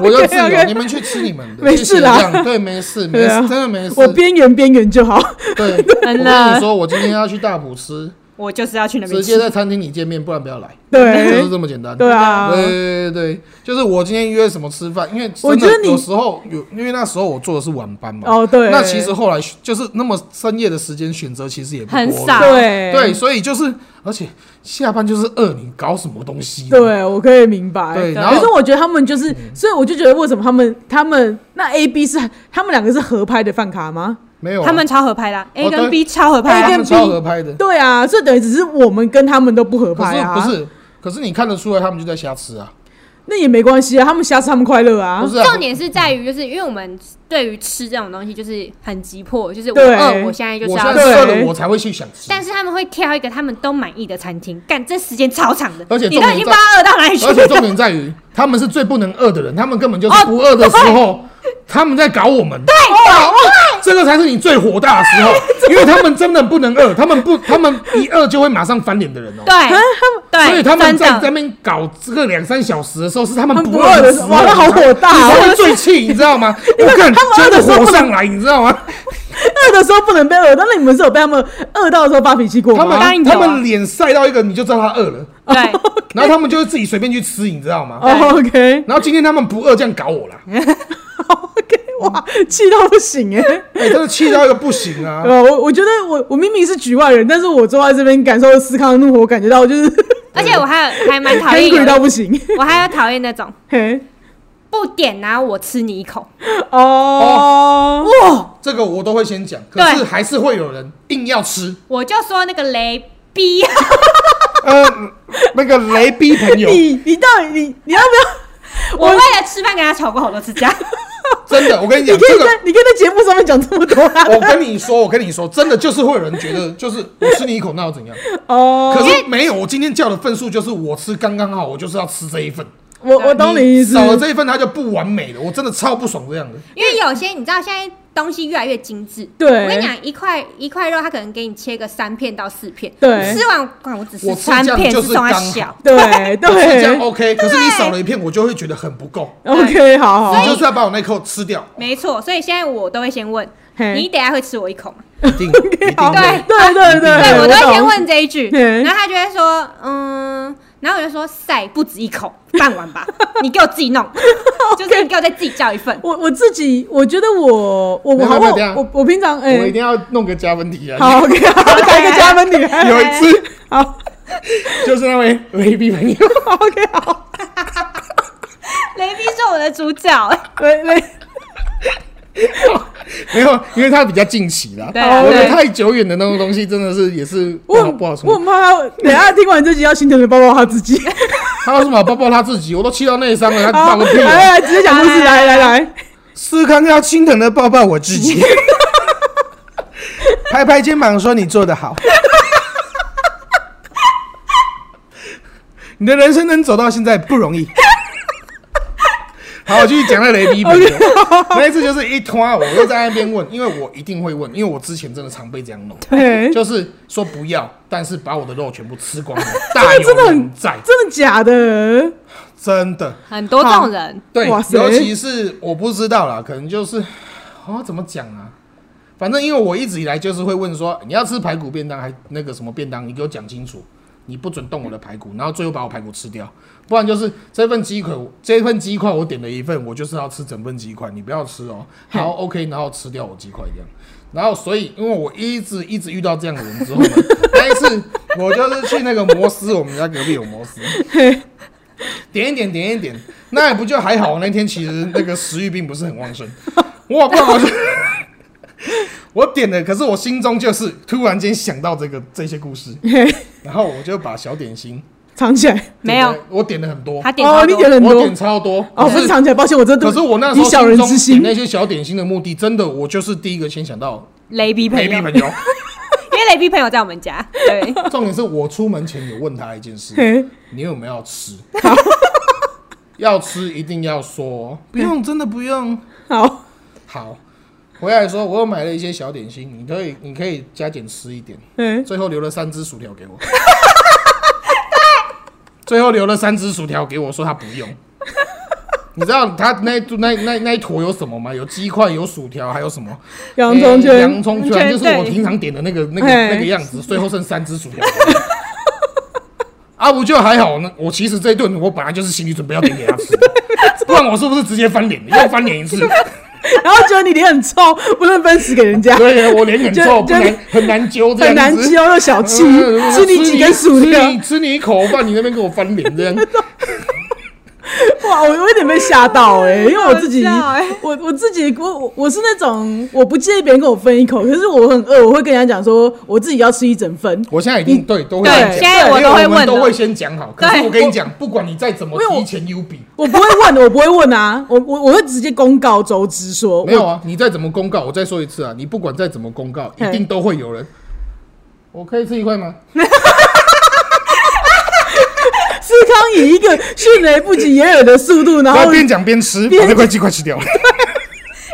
[SPEAKER 3] 我 就自由，
[SPEAKER 1] OK，OK
[SPEAKER 3] 你们去吃你们的，
[SPEAKER 1] 没
[SPEAKER 3] 谢谢
[SPEAKER 1] 事啦
[SPEAKER 3] 这样对，没事，没
[SPEAKER 1] 对
[SPEAKER 3] 事，
[SPEAKER 1] 啊
[SPEAKER 3] 真的没事。
[SPEAKER 1] 我边缘边缘就好。
[SPEAKER 3] 对， 我跟
[SPEAKER 2] 真的
[SPEAKER 3] 你说，我今天要去大埔吃，
[SPEAKER 2] 我就是要去那边
[SPEAKER 3] 直
[SPEAKER 2] 吃
[SPEAKER 3] 接。在餐厅里见面，不然不要来，就
[SPEAKER 1] 对
[SPEAKER 3] 是这么简单。
[SPEAKER 1] 对啊，
[SPEAKER 3] 对对对对，就是我今天约什么吃饭，因为真的
[SPEAKER 1] 我觉得你
[SPEAKER 3] 有时候有，因为那时候我做的是晚班嘛。
[SPEAKER 1] 哦对，
[SPEAKER 3] 那其实后来就是那么深夜的时间选择，其实也不多
[SPEAKER 2] 很
[SPEAKER 3] 了
[SPEAKER 2] 少
[SPEAKER 1] 对
[SPEAKER 3] 对，所以就是，而且下班就是饿，你搞什么东西？，
[SPEAKER 1] 对，我可以明白。
[SPEAKER 3] 对然
[SPEAKER 1] 可
[SPEAKER 3] 后嗯
[SPEAKER 1] 是我觉得他们就是，所以我就觉得为什么他们他们那 A B 是他们两个是合拍的饭卡吗？
[SPEAKER 3] 没有啊
[SPEAKER 2] 他们超合拍的啊，A
[SPEAKER 3] 哦
[SPEAKER 2] 跟
[SPEAKER 3] 对
[SPEAKER 2] B 超合拍
[SPEAKER 3] 他
[SPEAKER 2] 啊，
[SPEAKER 1] 跟
[SPEAKER 3] 们超合拍的，
[SPEAKER 1] 对啊，所以等于只是我们跟他们都不合
[SPEAKER 3] 嗯可
[SPEAKER 1] 拍
[SPEAKER 3] 是
[SPEAKER 1] 啊，
[SPEAKER 3] 不是？可是你看得出来，他们就在瞎吃啊，
[SPEAKER 1] 那也没关系啊，他们瞎吃他们快乐啊
[SPEAKER 3] 不。是啊？
[SPEAKER 2] 重点是在于，就是因为我们对于吃这种东西就是很急迫，就是我
[SPEAKER 1] 对
[SPEAKER 2] 饿，我现在就是
[SPEAKER 3] 我
[SPEAKER 2] 要
[SPEAKER 3] 现
[SPEAKER 2] 吃。
[SPEAKER 3] 在
[SPEAKER 1] 对
[SPEAKER 3] 饿了，我才会去想吃。
[SPEAKER 2] 但是他们会挑一个他们都满意的餐厅，干这时间超长的，
[SPEAKER 3] 而且
[SPEAKER 2] 你
[SPEAKER 3] 重
[SPEAKER 2] 都
[SPEAKER 3] 点
[SPEAKER 2] 已经
[SPEAKER 3] 在
[SPEAKER 2] 不知道饿到哪里去
[SPEAKER 3] 而且重
[SPEAKER 2] 了。
[SPEAKER 3] 点在于， 他们是最不能饿的人，他们根本就是
[SPEAKER 2] 哦
[SPEAKER 3] 不饿的时候， 他们在搞我们。对，这个才是你最火大的时候，因为他们真的不能饿，他们不，他们一饿就会马上翻脸的人哦。
[SPEAKER 2] 对对，
[SPEAKER 3] 所以他们
[SPEAKER 2] 真
[SPEAKER 3] 在
[SPEAKER 2] 的
[SPEAKER 3] 那边搞这个两三小时的时候，是他们
[SPEAKER 1] 他们
[SPEAKER 3] 不
[SPEAKER 1] 不饿的
[SPEAKER 3] 时
[SPEAKER 1] 时
[SPEAKER 3] 候，
[SPEAKER 1] 候哇那好火大
[SPEAKER 3] 你
[SPEAKER 1] 哦
[SPEAKER 3] 才会最气，你知 道吗？我看
[SPEAKER 1] 他们
[SPEAKER 3] 真
[SPEAKER 1] 饿
[SPEAKER 3] 的
[SPEAKER 1] 的时候
[SPEAKER 3] 火
[SPEAKER 1] 不能
[SPEAKER 3] 上来，你知道吗？
[SPEAKER 1] 饿的时候不能被饿，但是你们是有被他们饿到的时候发脾气过
[SPEAKER 3] 他
[SPEAKER 1] 吗？
[SPEAKER 2] 当然
[SPEAKER 3] 们
[SPEAKER 2] 有啊
[SPEAKER 3] 他们脸晒到一个，你就知道他饿 了，
[SPEAKER 2] 对，
[SPEAKER 3] 然后他们就会自己随便去吃，你知道吗？
[SPEAKER 1] 哦 OK
[SPEAKER 3] 然后今天他们不饿，这样搞我 啦，
[SPEAKER 1] OK，哇，气到不行哎、
[SPEAKER 3] 哎、真的气到一个不行啊！
[SPEAKER 1] 呃，我我觉得我我明明是局外人，但是我坐在这边感受思康的怒火，感觉到我就是
[SPEAKER 2] 而且我还有还蛮讨厌
[SPEAKER 1] hungry 到
[SPEAKER 2] 有，
[SPEAKER 1] 不行。
[SPEAKER 2] 我还要讨厌那种
[SPEAKER 1] 嘿，
[SPEAKER 2] 不点然后我吃你一口，
[SPEAKER 1] 哦，
[SPEAKER 2] 哇，
[SPEAKER 3] 这个我都会先讲，可
[SPEAKER 2] 对
[SPEAKER 3] 是还是会有人硬 要吃。
[SPEAKER 2] 我就说那个雷逼，
[SPEAKER 3] 呃，那个雷逼朋友，
[SPEAKER 1] 你你到底你你要不要？
[SPEAKER 2] 我
[SPEAKER 1] 我
[SPEAKER 2] 为了吃饭跟他吵过好多次 架，
[SPEAKER 3] 真的，我跟你
[SPEAKER 1] 你
[SPEAKER 3] 讲，
[SPEAKER 1] 可
[SPEAKER 3] 这
[SPEAKER 1] 以
[SPEAKER 3] 个
[SPEAKER 1] 在你可以在节目上面讲这么多啊？
[SPEAKER 3] 我跟你说，我跟你说，真的就是会有人觉得，就是我吃你一口，那又怎样？
[SPEAKER 1] 哦，
[SPEAKER 3] 可是没有，我今天叫的份数就是我吃刚刚好，我就是要吃这一份。
[SPEAKER 1] 我我懂你意思。
[SPEAKER 3] 少了这一份它就不完美了，我真的超不爽这样的。
[SPEAKER 2] 因为有些你知道现在东西越来越精致，我跟你
[SPEAKER 1] 对
[SPEAKER 2] 讲，一块一块肉，它可能给你切个三片到四片，
[SPEAKER 1] 对
[SPEAKER 2] 吃完管我只
[SPEAKER 3] 我
[SPEAKER 2] 吃
[SPEAKER 3] 吃
[SPEAKER 2] 三
[SPEAKER 3] 这样
[SPEAKER 2] 片，
[SPEAKER 3] 就是
[SPEAKER 2] 送它
[SPEAKER 3] 刚好
[SPEAKER 2] 小，
[SPEAKER 1] 对
[SPEAKER 3] 我吃这样
[SPEAKER 1] 对
[SPEAKER 3] OK，可是哦你少了一片，我就会觉得很不够，
[SPEAKER 1] ，OK，好
[SPEAKER 3] 你
[SPEAKER 1] 好，
[SPEAKER 3] 就是要把我那一口 吃掉，
[SPEAKER 2] 没错。所以现在我都会先问
[SPEAKER 1] 嘿
[SPEAKER 2] 你，等一下会吃我一口吗？
[SPEAKER 3] 一定一定
[SPEAKER 1] 好
[SPEAKER 3] 会
[SPEAKER 2] 对
[SPEAKER 1] 对对
[SPEAKER 2] 对
[SPEAKER 1] 对，
[SPEAKER 2] 我都会先
[SPEAKER 1] 懂。
[SPEAKER 2] 问这一句，
[SPEAKER 1] 嗯
[SPEAKER 2] 然后他就会说，嗯，然后我就说塞，不止一口，半碗 吧，你给我自己弄，就是你给我再自己叫一份。
[SPEAKER 1] 我我自己，我觉得我我我
[SPEAKER 3] 没有
[SPEAKER 1] 好
[SPEAKER 3] 没有等一下
[SPEAKER 1] 我我我平常
[SPEAKER 3] 我一
[SPEAKER 1] 哎，
[SPEAKER 3] 定要弄个加分题啊！
[SPEAKER 1] 好 OK，好，打一个加分女孩，
[SPEAKER 3] 有一次
[SPEAKER 1] 好
[SPEAKER 3] 就是那位雷逼朋友，
[SPEAKER 1] 好 OK，好，
[SPEAKER 2] 雷逼是我的主角，
[SPEAKER 1] 来来，
[SPEAKER 3] 没有，因为他比较近期啦。
[SPEAKER 2] 对啊
[SPEAKER 3] 我觉得
[SPEAKER 2] 对
[SPEAKER 3] 太久远的那种东西真的是也是不
[SPEAKER 1] 我
[SPEAKER 3] 好
[SPEAKER 1] 很
[SPEAKER 3] 不好说
[SPEAKER 1] 我。很怕他，等一下听完这集要心疼的抱抱他自 己。
[SPEAKER 3] 他有什么好抱抱他自己？我都气到内伤了，他
[SPEAKER 1] 好，
[SPEAKER 3] 抱个屁啊！
[SPEAKER 1] 来来，直接讲故事，来来来，
[SPEAKER 3] 思康要心疼的抱抱我 自己，拍拍肩膀说：“你做得好。” 你的人生能走到现在不容易。好，我继续讲那雷逼 朋友。 那一次就是一拖，我又在那边问，因为我一定会问，因为我之前真的常被这样弄，
[SPEAKER 1] 对，
[SPEAKER 3] 就是说不要，但是把我的肉全部吃光了，
[SPEAKER 1] 这
[SPEAKER 3] 大
[SPEAKER 1] 个 真的
[SPEAKER 3] 有人
[SPEAKER 1] 很
[SPEAKER 3] 在，
[SPEAKER 1] 真的假的？
[SPEAKER 3] 真的。
[SPEAKER 2] 很多这种人，
[SPEAKER 3] 对
[SPEAKER 1] 哇，塞
[SPEAKER 3] 尤其是我不知道啦，可能就是啊，怎么讲啊？反正因为我一直以来就是会问说，你要吃排骨便当还那个什么便当，你给我讲清楚。你不准动我的排骨，然后最后把我排骨吃掉，不然就是这份鸡腿，这份鸡块我点了一份，我就是要吃整份鸡块，你不要吃哦。好，OK，然后吃掉我鸡块这样。然后所以，因为我一直一直遇到这样的人 之后呢，那一次我就是去那个摩斯，我们家隔壁有摩斯，点一点点一点， 那也不就还好。那天其实那个食欲并不是很旺盛， 我不好 我点了，可是我心中就是突然间想到这个这些故事，然后我就把小点心
[SPEAKER 1] 藏起来。
[SPEAKER 2] 没有
[SPEAKER 3] 点了我点了很多，
[SPEAKER 2] 他点
[SPEAKER 1] 哦，
[SPEAKER 2] 超
[SPEAKER 1] 你
[SPEAKER 2] 多
[SPEAKER 1] 点了很
[SPEAKER 3] 我
[SPEAKER 1] 多
[SPEAKER 3] 点超多，
[SPEAKER 1] 哦，不是藏起来，抱歉，我真的对
[SPEAKER 3] 可
[SPEAKER 1] 不
[SPEAKER 3] 是
[SPEAKER 1] 起。
[SPEAKER 3] 我那时候
[SPEAKER 1] 以小人
[SPEAKER 3] 心中
[SPEAKER 1] 之心
[SPEAKER 3] 点那些小点心的目的，真的我就是第一个先想到
[SPEAKER 2] 雷逼朋
[SPEAKER 3] 陪
[SPEAKER 2] 友，
[SPEAKER 3] 比朋友。
[SPEAKER 2] 因为雷逼朋友在我们家，对，
[SPEAKER 3] 重点是我出门前有问他一件事，
[SPEAKER 1] 嘿
[SPEAKER 3] 你有没有 要吃？要吃一定要说哦，不用，真的不用。
[SPEAKER 1] 好，
[SPEAKER 3] 好，回来的时候我又买了一些小点心，你可以你可以加减吃一点。
[SPEAKER 1] 嗯，
[SPEAKER 3] 最后留了三只薯条给我，最后留了三只薯条给我，说他不用。你知道他那那那那一坨有什么吗？有鸡块，有薯条，还有什么？
[SPEAKER 1] 洋葱
[SPEAKER 3] 诶
[SPEAKER 1] 圈
[SPEAKER 3] 洋葱
[SPEAKER 2] 洋
[SPEAKER 3] 圈
[SPEAKER 2] 葱
[SPEAKER 3] 就是
[SPEAKER 2] 对
[SPEAKER 3] 我平常点的那个那个
[SPEAKER 1] 嘿
[SPEAKER 3] 那个样子，最后剩三只薯条。啊，我就还好呢。我其实这一顿我本来就是心理准备要点给他吃的，不然我是不是直接翻脸？又翻脸一次？
[SPEAKER 1] 然后觉得你脸很臭，不能分食给人家，
[SPEAKER 3] 对，我脸很臭，不
[SPEAKER 1] 就就
[SPEAKER 3] 能很难揪这样
[SPEAKER 1] 很
[SPEAKER 3] 子，呃
[SPEAKER 1] 难揪又小 气，吃你几根薯条，
[SPEAKER 3] 吃你吃你一口饭，你那边给我翻脸这样。
[SPEAKER 1] 哇，我有一点被吓 到哎、因为我自己
[SPEAKER 2] 好笑欸，
[SPEAKER 1] 我我自己，我我我是那种我不介意别人跟我分一口，可是我很饿，我会跟人家讲说我自己要吃一整份，
[SPEAKER 3] 我现在已经对都会
[SPEAKER 2] 对
[SPEAKER 3] 这样讲
[SPEAKER 2] 现在我
[SPEAKER 3] 因为
[SPEAKER 2] 都会
[SPEAKER 3] 我们
[SPEAKER 2] 问
[SPEAKER 3] 都
[SPEAKER 2] 的
[SPEAKER 3] 会先讲好。可是
[SPEAKER 2] 对
[SPEAKER 3] 我跟你讲，不管你再怎么
[SPEAKER 1] 没有
[SPEAKER 3] 提前 U 比，
[SPEAKER 1] 我不会问，我不会问啊，我我我会直接公告周知说，
[SPEAKER 3] 没有啊，你再怎么公告，我再说一次啊，你不管再怎么公告，一
[SPEAKER 1] 嘿
[SPEAKER 3] 定都会有人。我可以吃一块吗？
[SPEAKER 1] 思康以一个迅雷不及掩耳的速度，然后
[SPEAKER 3] 边讲边吃，把那块鸡块吃掉了，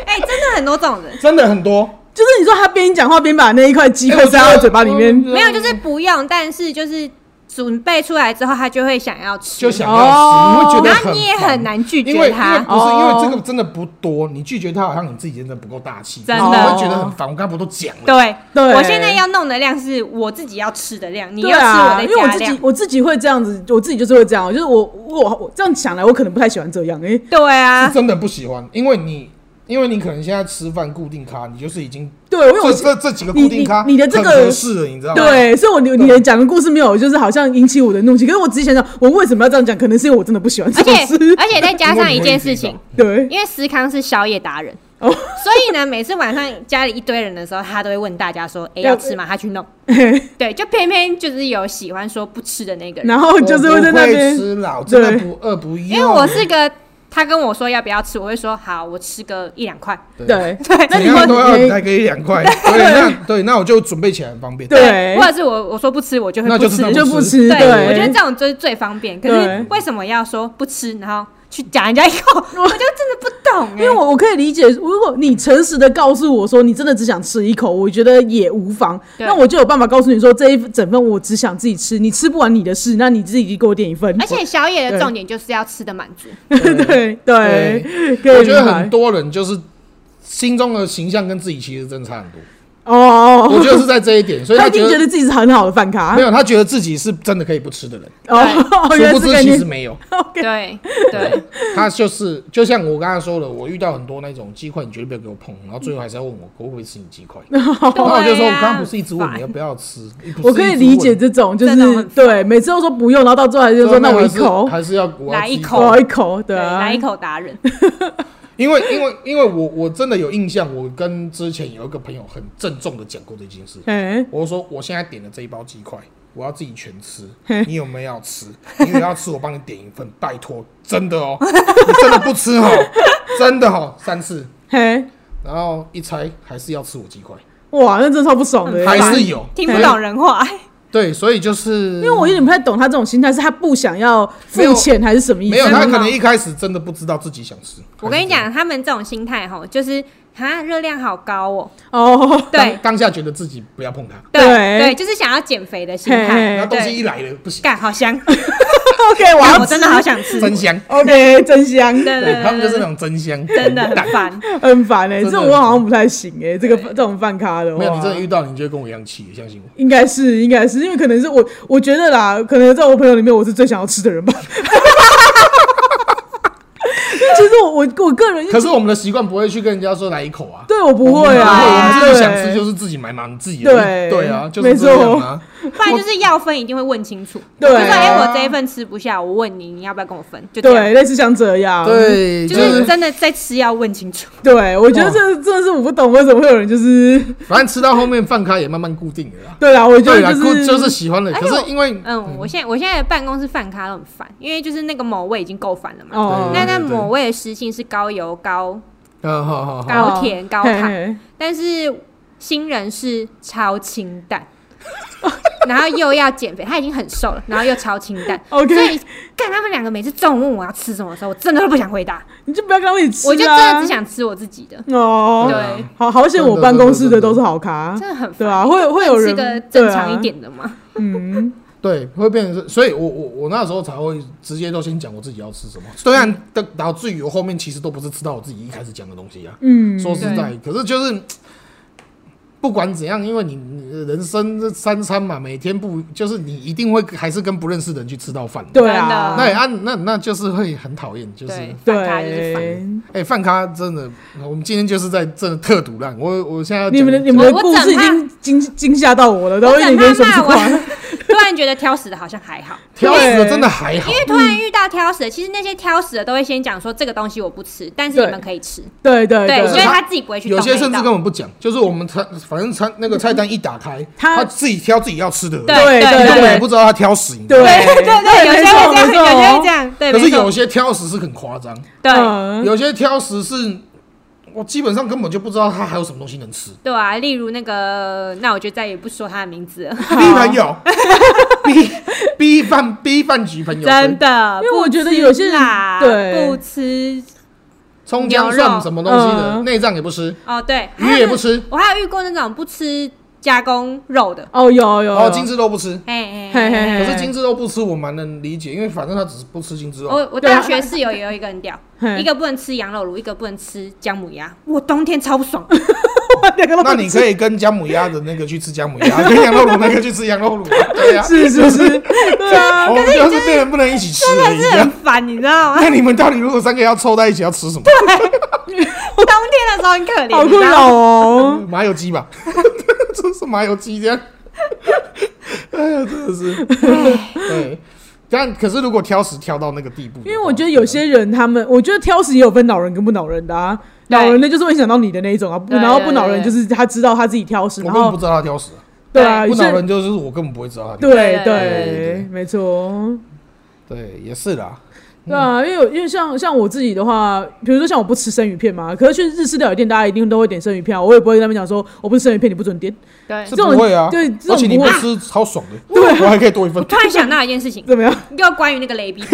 [SPEAKER 2] 哎、真的很多种人，
[SPEAKER 3] 真的很多。
[SPEAKER 1] 就是你说他边讲话边把那一块鸡块
[SPEAKER 3] 哎我
[SPEAKER 1] 塞到嘴巴里面，
[SPEAKER 2] 没有就是不用，但是就是准备出来之后，他就会想要吃，哦
[SPEAKER 3] 就想要吃，你会觉得
[SPEAKER 2] 然后
[SPEAKER 3] 很
[SPEAKER 2] 你也
[SPEAKER 3] 烦
[SPEAKER 2] 很难拒
[SPEAKER 3] 因为
[SPEAKER 2] 绝
[SPEAKER 3] 因为
[SPEAKER 2] 他，
[SPEAKER 3] 不是因
[SPEAKER 1] 哦
[SPEAKER 3] 为这个真的不多，你拒绝他好像你自己真的不够大气，
[SPEAKER 2] 真
[SPEAKER 1] 的
[SPEAKER 3] 我会觉得很烦。我刚才不都讲了，
[SPEAKER 2] 对，
[SPEAKER 1] 对
[SPEAKER 2] 我现在要弄的量是我自己要吃的量， 你
[SPEAKER 1] 对
[SPEAKER 2] 要吃我
[SPEAKER 1] 啊，
[SPEAKER 2] 的
[SPEAKER 1] 因为我
[SPEAKER 2] 加
[SPEAKER 1] 自己
[SPEAKER 2] 量，
[SPEAKER 1] 我自己会这样子，我自己就是会这样，就是我我我这样想来，我可能不太喜欢这样，哎、
[SPEAKER 2] 对啊
[SPEAKER 3] 是，真的不喜欢，因为你因为你可能现在吃饭固定咖，你就是已经
[SPEAKER 1] 对，因为我
[SPEAKER 3] 这这这几个
[SPEAKER 1] 你
[SPEAKER 3] 固定咖，
[SPEAKER 1] 你你的这个
[SPEAKER 3] 很合适了，你知道吗？，
[SPEAKER 1] 对，所以我你你的讲的故事没有，就是好像引起我的怒气。可是我仔细想想，我为什么要这样讲？可能是因为我真的不喜欢这
[SPEAKER 2] 而
[SPEAKER 1] 种
[SPEAKER 2] 且
[SPEAKER 1] 事。
[SPEAKER 2] 而且再加上一件事情，
[SPEAKER 1] 对，
[SPEAKER 2] 因为思康是宵夜达人，
[SPEAKER 1] 哦
[SPEAKER 2] 所以呢，每次晚上家里一堆人的时候，他都会问大家说：“哎、
[SPEAKER 1] 要
[SPEAKER 2] 要吃吗？”他去弄。对，就偏偏就是有喜欢说不吃的那个人，
[SPEAKER 1] 然后
[SPEAKER 3] 我
[SPEAKER 1] 就是会
[SPEAKER 3] 不会
[SPEAKER 1] 在那边，
[SPEAKER 3] 吃老，真的
[SPEAKER 1] 对
[SPEAKER 3] 不饿不要。
[SPEAKER 2] 因为
[SPEAKER 1] 啊
[SPEAKER 2] 我是个他跟我说要不要吃，我会说好，我吃个一两块。
[SPEAKER 1] 对
[SPEAKER 2] 对，
[SPEAKER 1] 那
[SPEAKER 3] 怎
[SPEAKER 1] 你
[SPEAKER 3] 样都要
[SPEAKER 1] 会
[SPEAKER 3] 来个一两块，对，那对，那我就准备起来很方便。
[SPEAKER 1] 对
[SPEAKER 2] 或，者是我我说不吃，我就会
[SPEAKER 3] 那
[SPEAKER 2] 不
[SPEAKER 3] 就
[SPEAKER 2] 吃
[SPEAKER 3] 是。
[SPEAKER 1] 你就不
[SPEAKER 3] 不
[SPEAKER 1] 吃，
[SPEAKER 3] 吃
[SPEAKER 2] 对，
[SPEAKER 1] 对，
[SPEAKER 2] 我觉得这种就是最方便。可
[SPEAKER 1] 对
[SPEAKER 2] 是为什么要说不吃，然后去夹人家一口？我就真的不懂、
[SPEAKER 1] 因
[SPEAKER 2] 哎
[SPEAKER 1] 为我我可以理解，如果你诚实的告诉我说你真的只想吃一口，我觉得也无妨，
[SPEAKER 2] 对
[SPEAKER 1] 那我就有办法告诉你说这一整份我只想自己吃，你吃不完你的事，那你自己给我点一份。
[SPEAKER 2] 而且宵夜的
[SPEAKER 1] 对
[SPEAKER 2] 重点就是要吃的满足。
[SPEAKER 1] 对对，可以
[SPEAKER 3] 我觉得
[SPEAKER 1] 明白
[SPEAKER 3] 很多人就是心中的形象跟自己其实真的差很多。
[SPEAKER 1] 哦哦，
[SPEAKER 3] 我
[SPEAKER 1] 哦
[SPEAKER 3] 觉得是在这一点，所 以
[SPEAKER 1] 他
[SPEAKER 3] 他
[SPEAKER 1] 一定
[SPEAKER 3] 觉
[SPEAKER 1] 觉
[SPEAKER 3] 得
[SPEAKER 1] 得自己是很好的饭咖
[SPEAKER 3] 没，有，他觉得自己是真的可以不吃的人，
[SPEAKER 1] 哦，原来
[SPEAKER 3] 殊不
[SPEAKER 1] 是
[SPEAKER 3] 知
[SPEAKER 1] 概
[SPEAKER 3] 其实
[SPEAKER 1] 念。
[SPEAKER 3] 没有。
[SPEAKER 1] OK，
[SPEAKER 2] 对 对，
[SPEAKER 3] 他就是就像我刚才说的，我遇到很多那种鸡块，你绝对不要给我碰，然后最后还是要问我我会不会吃你鸡 块。然后我就说，
[SPEAKER 2] 对
[SPEAKER 3] 我
[SPEAKER 2] 啊
[SPEAKER 3] 刚刚不是一直问你要
[SPEAKER 2] 烦
[SPEAKER 3] 不要吃？不是一直
[SPEAKER 1] 我可以理解
[SPEAKER 3] 问，
[SPEAKER 1] 这种，就
[SPEAKER 2] 真的
[SPEAKER 1] 是
[SPEAKER 2] 很
[SPEAKER 1] 对，每次都说不用，然后到最后还是说那我一口，
[SPEAKER 3] 还是要我要
[SPEAKER 2] 来一
[SPEAKER 3] 吃
[SPEAKER 2] 口
[SPEAKER 1] 我一口，对
[SPEAKER 2] 对，
[SPEAKER 1] 啊，
[SPEAKER 2] 来一口达人。
[SPEAKER 3] 因为因为因为我我真的有印象，我跟之前有一个朋友很郑重的讲过这件事。
[SPEAKER 1] 嘿，
[SPEAKER 3] 我说我现在点的这一包鸡块，我要自己全吃。你有没有要吃？你有要吃，我帮你点一份，拜托，真的哦，你真的不吃哦，真的哦，三次，
[SPEAKER 1] 嘿，
[SPEAKER 3] 然后一猜还是要吃我鸡块，
[SPEAKER 1] 哇，那真的超不爽的，
[SPEAKER 3] 还是有
[SPEAKER 2] 听不懂人 话，
[SPEAKER 3] 对，所以就是
[SPEAKER 1] 因为我有点不太懂他这种心态，是他不想要付钱还是什么意思？
[SPEAKER 3] 没有
[SPEAKER 1] 真
[SPEAKER 3] 他
[SPEAKER 1] 的
[SPEAKER 3] 可
[SPEAKER 1] 吗
[SPEAKER 3] 能一开始真的不知道自己想吃。
[SPEAKER 2] 我跟你，讲，他们这种心态吼，就是哈，热量好高哦。
[SPEAKER 1] 哦，
[SPEAKER 2] 对
[SPEAKER 3] 当当下觉得自己不要碰它，
[SPEAKER 2] 对
[SPEAKER 1] 对
[SPEAKER 2] 对，就是想要减肥的心
[SPEAKER 1] 嘿
[SPEAKER 2] 态
[SPEAKER 3] 然。后东西
[SPEAKER 2] 哎对，
[SPEAKER 3] 一来了不行，
[SPEAKER 2] 干好香，
[SPEAKER 1] OK，我
[SPEAKER 2] 干
[SPEAKER 1] 要
[SPEAKER 2] 我真的
[SPEAKER 1] 吃
[SPEAKER 2] 好想吃，
[SPEAKER 3] 真香。
[SPEAKER 1] OK，真 香，
[SPEAKER 2] 对对
[SPEAKER 3] 对
[SPEAKER 2] 对，
[SPEAKER 3] 他们就是那种真香，
[SPEAKER 2] 真 的很
[SPEAKER 3] 蛋
[SPEAKER 2] 烦。
[SPEAKER 1] 很烦哎、欸，这
[SPEAKER 3] 真的
[SPEAKER 1] 种我好像不太行哎、欸，这个这种饭咖的话，
[SPEAKER 3] 没有，你真的遇到，你就会跟我一样气，相信我。
[SPEAKER 1] 应该是，应该是，因为可能是我，我觉得啦，可能在我朋友里面，我是最想要吃的人吧。 因为其实我我我个人，
[SPEAKER 3] 可是我们的习惯不会去跟人家说来一口啊，
[SPEAKER 1] 对我不会
[SPEAKER 3] 我
[SPEAKER 1] 啊，
[SPEAKER 3] 们
[SPEAKER 1] 对
[SPEAKER 3] 自己想吃就是自己买嘛，你自己的
[SPEAKER 1] 对
[SPEAKER 3] 对啊，就
[SPEAKER 1] 没
[SPEAKER 3] 是
[SPEAKER 1] 错
[SPEAKER 3] 这样啊。
[SPEAKER 2] 不然就是要分一定会问清楚，
[SPEAKER 1] 对
[SPEAKER 2] 就
[SPEAKER 1] 啊
[SPEAKER 2] 说哎、我这一份吃不下，我问你，你要不要跟我分？就这
[SPEAKER 1] 对，
[SPEAKER 2] 样，
[SPEAKER 1] 类似像这样，
[SPEAKER 3] 对，
[SPEAKER 2] 就
[SPEAKER 3] 就是是
[SPEAKER 2] 真的在吃要问清楚。
[SPEAKER 1] 对，我觉得这真的是我不懂为什么会有人就是，
[SPEAKER 3] 反正吃到后面饭咖也慢慢固定了啦。
[SPEAKER 1] 对啦，我觉
[SPEAKER 3] 对
[SPEAKER 1] 得
[SPEAKER 3] 啦，固
[SPEAKER 1] 是哎就
[SPEAKER 3] 就
[SPEAKER 1] 是
[SPEAKER 3] 喜欢了，
[SPEAKER 2] 而且
[SPEAKER 3] 哎可
[SPEAKER 2] 我
[SPEAKER 3] 是因为
[SPEAKER 2] 嗯，我现在我现在的办公室饭咖都很烦，因为就是那个某味已经够烦了嘛。
[SPEAKER 1] 哦，
[SPEAKER 2] 那那
[SPEAKER 3] 对对对
[SPEAKER 2] 某味的食性是高油、高
[SPEAKER 3] 嗯，好好
[SPEAKER 1] 啊
[SPEAKER 3] 好，
[SPEAKER 2] 高甜、高
[SPEAKER 1] 哦嘿
[SPEAKER 2] 糖，
[SPEAKER 1] 嘿
[SPEAKER 2] 但是新人是超清淡， 然后又要减肥，他已经很瘦了，然后又超清淡。
[SPEAKER 1] OK
[SPEAKER 2] 所以干他们两个每次中午问我要吃什么的时候，我真的都不想回答，
[SPEAKER 1] 你就不要跟我一起吃、啊，
[SPEAKER 2] 我就真的只想吃我自己的。
[SPEAKER 1] 哦，
[SPEAKER 2] 对，
[SPEAKER 1] 好好险，我办公室的都是好咖，
[SPEAKER 2] 真的很
[SPEAKER 1] 对啊，会会有
[SPEAKER 2] 是
[SPEAKER 1] 人
[SPEAKER 2] 个正常一，点的 嘛。
[SPEAKER 1] 对啊嗯，
[SPEAKER 3] 对，会变成是，所以我我我那时候才会直接都先讲我自己要吃什么，虽
[SPEAKER 1] 嗯
[SPEAKER 3] 然的导致于我后面其实都不是吃到我自己一开始讲的东西啊，
[SPEAKER 1] 嗯，
[SPEAKER 3] 说实在，可是就是不管怎样，因为你你人生这三餐嘛，每天不就是你一定会还是跟不认识的人去吃到饭。
[SPEAKER 1] 对
[SPEAKER 2] 真的
[SPEAKER 1] 啊，
[SPEAKER 3] 那也啊，那那就是会很讨厌，就是
[SPEAKER 2] 对，反差就是反。
[SPEAKER 1] 对，
[SPEAKER 3] 哎，饭、咖真的，我们今天就是在真的特毒烂。我我现在要
[SPEAKER 1] 你们的
[SPEAKER 3] 讲
[SPEAKER 1] 你们的
[SPEAKER 2] 我
[SPEAKER 1] 故事已
[SPEAKER 2] 整怕
[SPEAKER 1] 经惊惊吓到我了，都有
[SPEAKER 2] 我整
[SPEAKER 1] 点点
[SPEAKER 2] 怕
[SPEAKER 1] 说不
[SPEAKER 2] 骂
[SPEAKER 1] 出话。
[SPEAKER 2] 完， 突然觉得挑食的好像还好，
[SPEAKER 3] 挑食的真的还好
[SPEAKER 2] 因，为突然遇到挑
[SPEAKER 1] 嗯
[SPEAKER 2] 食的，其实那些挑食的都会先讲说这个东西我不吃，但是
[SPEAKER 1] 对
[SPEAKER 2] 你们可以吃，
[SPEAKER 1] 对对
[SPEAKER 2] 对，所以
[SPEAKER 1] 对，
[SPEAKER 2] 他自己不会去动
[SPEAKER 3] 有
[SPEAKER 2] 那一道。
[SPEAKER 3] 些甚至根本不讲，就是我们餐反正餐那个菜单一打开，
[SPEAKER 1] 他
[SPEAKER 3] 他自己挑自己要吃的，
[SPEAKER 2] 对
[SPEAKER 1] 对
[SPEAKER 2] 对
[SPEAKER 3] 根本
[SPEAKER 1] 对
[SPEAKER 3] 也不知道他挑食。你知道
[SPEAKER 1] 对
[SPEAKER 3] 吗
[SPEAKER 2] 对对对，有
[SPEAKER 1] 没
[SPEAKER 2] 些
[SPEAKER 1] 错
[SPEAKER 2] 会这
[SPEAKER 1] 没错
[SPEAKER 2] 样，有些会
[SPEAKER 1] 哦
[SPEAKER 2] 这样，对，
[SPEAKER 3] 可是
[SPEAKER 2] 没错
[SPEAKER 3] 有些挑食是很夸张，
[SPEAKER 2] 对
[SPEAKER 1] 嗯
[SPEAKER 3] 有些挑食是，我基本上根本就不知道它还有什么东西能吃。
[SPEAKER 2] 对啊，例如那个，那我就再也不说他的名字了，
[SPEAKER 3] B 朋友，B B 饭 B 饭局朋友，
[SPEAKER 2] 真的，
[SPEAKER 1] 因为我觉得
[SPEAKER 2] 不吃
[SPEAKER 1] 有些人
[SPEAKER 2] 辣
[SPEAKER 1] 对
[SPEAKER 2] 不吃
[SPEAKER 3] 葱姜蒜什么东西的，
[SPEAKER 1] 嗯
[SPEAKER 3] 内脏也不吃，
[SPEAKER 2] 哦，对，还有
[SPEAKER 3] 鱼也不吃，
[SPEAKER 2] 我还有遇过那种不吃加工肉的，
[SPEAKER 1] 哦有有，
[SPEAKER 3] 然后
[SPEAKER 1] 有
[SPEAKER 3] 精致肉不吃。
[SPEAKER 2] 哎
[SPEAKER 1] 嘿嘿嘿
[SPEAKER 3] 可是精致肉不吃，我蛮能理解，因为反正他只是不吃精致肉。
[SPEAKER 1] 哦
[SPEAKER 2] 我我大学室友也有一个人屌，
[SPEAKER 1] 啊 嘿
[SPEAKER 2] 一个不能吃羊肉炉，一个不能吃姜母鸭，我冬天超不 爽。
[SPEAKER 1] 两个都
[SPEAKER 3] 那你可以跟姜母鸭的那个去吃姜母鸭，跟羊肉卤那个去吃羊肉卤， 对呀、
[SPEAKER 1] 是是是，对啊，
[SPEAKER 3] 我们就是变成不能一起吃而已啊
[SPEAKER 2] 是。很烦，你知道吗？
[SPEAKER 3] 那你们到底如果三个要凑在一起要吃什么？
[SPEAKER 1] 啊
[SPEAKER 2] 冬天的时候很可怜，
[SPEAKER 1] 好
[SPEAKER 2] 你知
[SPEAKER 1] 困
[SPEAKER 2] 道
[SPEAKER 1] 扰哦。
[SPEAKER 3] 麻油鸡吧， 这是麻油鸡这样。 哎呀，真的是，对。但可是如果挑食挑到那个地步的话，
[SPEAKER 1] 因为我觉得有些人他们，我觉得挑食也有分恼人跟不恼人的啊。
[SPEAKER 2] 对
[SPEAKER 1] 恼人的就是会想到你的那一种啊，不
[SPEAKER 2] 对
[SPEAKER 1] 然后不恼人
[SPEAKER 2] 对对
[SPEAKER 1] 就是他知道他自己挑食，
[SPEAKER 3] 啊我
[SPEAKER 1] 然
[SPEAKER 3] 根本不
[SPEAKER 1] 后
[SPEAKER 3] 知道他挑食，
[SPEAKER 1] 对啊，
[SPEAKER 3] 不
[SPEAKER 1] 有些
[SPEAKER 3] 恼人就是我根本不会知道他挑食。
[SPEAKER 1] 对
[SPEAKER 2] 对嗯
[SPEAKER 1] 对，没错。
[SPEAKER 3] 对，也是啦。
[SPEAKER 1] 对啊，因为有因为像像我自己的话，比如说像我不吃生鱼片嘛，可是去日式料理店，大家一定都会点生鱼片、啊，我也不会跟他们讲说我不吃生鱼片，你不准点。
[SPEAKER 2] 对
[SPEAKER 3] 是，不会啊，
[SPEAKER 1] 哎这种对这种
[SPEAKER 3] 而且你
[SPEAKER 1] 不
[SPEAKER 3] 不
[SPEAKER 1] 会
[SPEAKER 3] 吃超爽的，
[SPEAKER 1] 对
[SPEAKER 3] 我还可以多一份。
[SPEAKER 2] 突然想到一件事情，
[SPEAKER 1] 怎么样？
[SPEAKER 2] 又关于那个 雷逼。
[SPEAKER 1] 你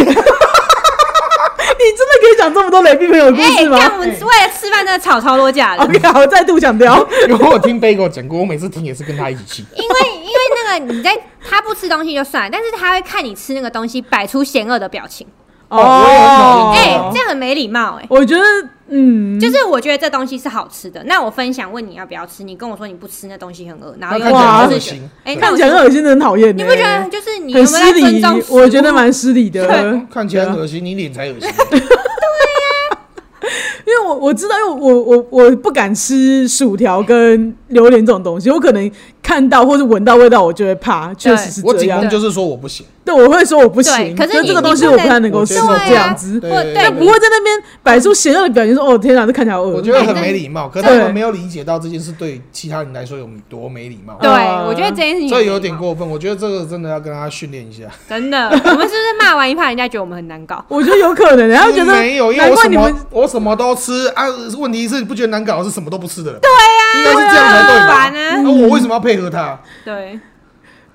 [SPEAKER 1] 真的可以讲这么多雷逼朋友的故
[SPEAKER 2] 哎，
[SPEAKER 1] 事吗、
[SPEAKER 2] 干我们为了吃饭真的吵超多架的
[SPEAKER 1] o，k 好，再度强调，
[SPEAKER 3] 因为我听 Bagel 讲过，我每次听也是跟他一起去。
[SPEAKER 2] 因为因为那个你在他不吃东西就算了，但是他会看你吃那个东西，摆出嫌恶的表情，
[SPEAKER 3] 哦
[SPEAKER 2] 哎
[SPEAKER 3] 哦，
[SPEAKER 2] 这样很没礼貌哎。
[SPEAKER 1] 我觉得，嗯，
[SPEAKER 2] 就是我觉得这东西是好吃的，那我分享问你要不要吃，你跟我说你不吃那东西很恶，然后又
[SPEAKER 3] 那
[SPEAKER 1] 看起来
[SPEAKER 2] 讲
[SPEAKER 1] 很
[SPEAKER 2] 就是觉
[SPEAKER 3] 恶
[SPEAKER 2] 得
[SPEAKER 3] 心
[SPEAKER 2] 哎，
[SPEAKER 3] 对
[SPEAKER 2] 那
[SPEAKER 1] 看
[SPEAKER 2] 我
[SPEAKER 1] 起来很恶心的，很讨厌、欸。
[SPEAKER 2] 你不觉得就是你有
[SPEAKER 1] 很
[SPEAKER 2] 没有在
[SPEAKER 1] 失
[SPEAKER 2] 尊
[SPEAKER 1] 礼
[SPEAKER 2] 重食？物？
[SPEAKER 1] 我觉得蛮失礼的。
[SPEAKER 3] 看起来很恶心，你脸才恶心。
[SPEAKER 1] 因为我我知道，因为我我我不敢吃薯条跟榴莲这种东西，我可能看到或者闻到味道，我就会怕，确实是
[SPEAKER 3] 我
[SPEAKER 1] 这
[SPEAKER 3] 紧
[SPEAKER 1] 样
[SPEAKER 3] 绷。就是说我不行，
[SPEAKER 1] 对，我会说我不行，
[SPEAKER 2] 对可是
[SPEAKER 1] 就
[SPEAKER 2] 你
[SPEAKER 1] 这个
[SPEAKER 2] 你
[SPEAKER 1] 东西
[SPEAKER 2] 不
[SPEAKER 1] 我
[SPEAKER 2] 能
[SPEAKER 1] 不太能够
[SPEAKER 3] 我
[SPEAKER 1] 接
[SPEAKER 3] 觉
[SPEAKER 1] 受
[SPEAKER 3] 得
[SPEAKER 2] 对啊
[SPEAKER 1] 这样子，
[SPEAKER 3] 对
[SPEAKER 2] 我
[SPEAKER 3] 对
[SPEAKER 1] 但
[SPEAKER 2] 对
[SPEAKER 1] 不会在那边摆出邪恶的表情，说哦天哪，这看起来好恶
[SPEAKER 3] 我
[SPEAKER 1] 心
[SPEAKER 3] 觉。得很没礼貌。可是
[SPEAKER 1] 对
[SPEAKER 3] 我们没有理解到这件事对其他人来说有多没礼貌，
[SPEAKER 2] 对，
[SPEAKER 1] 呃
[SPEAKER 2] 我觉得这件事情
[SPEAKER 3] 这有点
[SPEAKER 2] 很
[SPEAKER 3] 过分。我觉得这个真的要跟他训练一下。
[SPEAKER 2] 礼貌，真的。我们是不是骂完一怕人家觉得我们很难搞？
[SPEAKER 1] 我觉得有可能，然后觉得
[SPEAKER 3] 没有，因为
[SPEAKER 1] 难
[SPEAKER 3] 我
[SPEAKER 1] 怪
[SPEAKER 3] 什
[SPEAKER 1] 你们
[SPEAKER 3] 么我什么都吃啊。问题是你不觉得难搞的是
[SPEAKER 1] 啊
[SPEAKER 3] 什么都不吃的人？对呀、应该是这样才对
[SPEAKER 2] 很
[SPEAKER 3] 吧？
[SPEAKER 2] 烦啊，
[SPEAKER 3] 那、我为什么要配合他？
[SPEAKER 2] 对，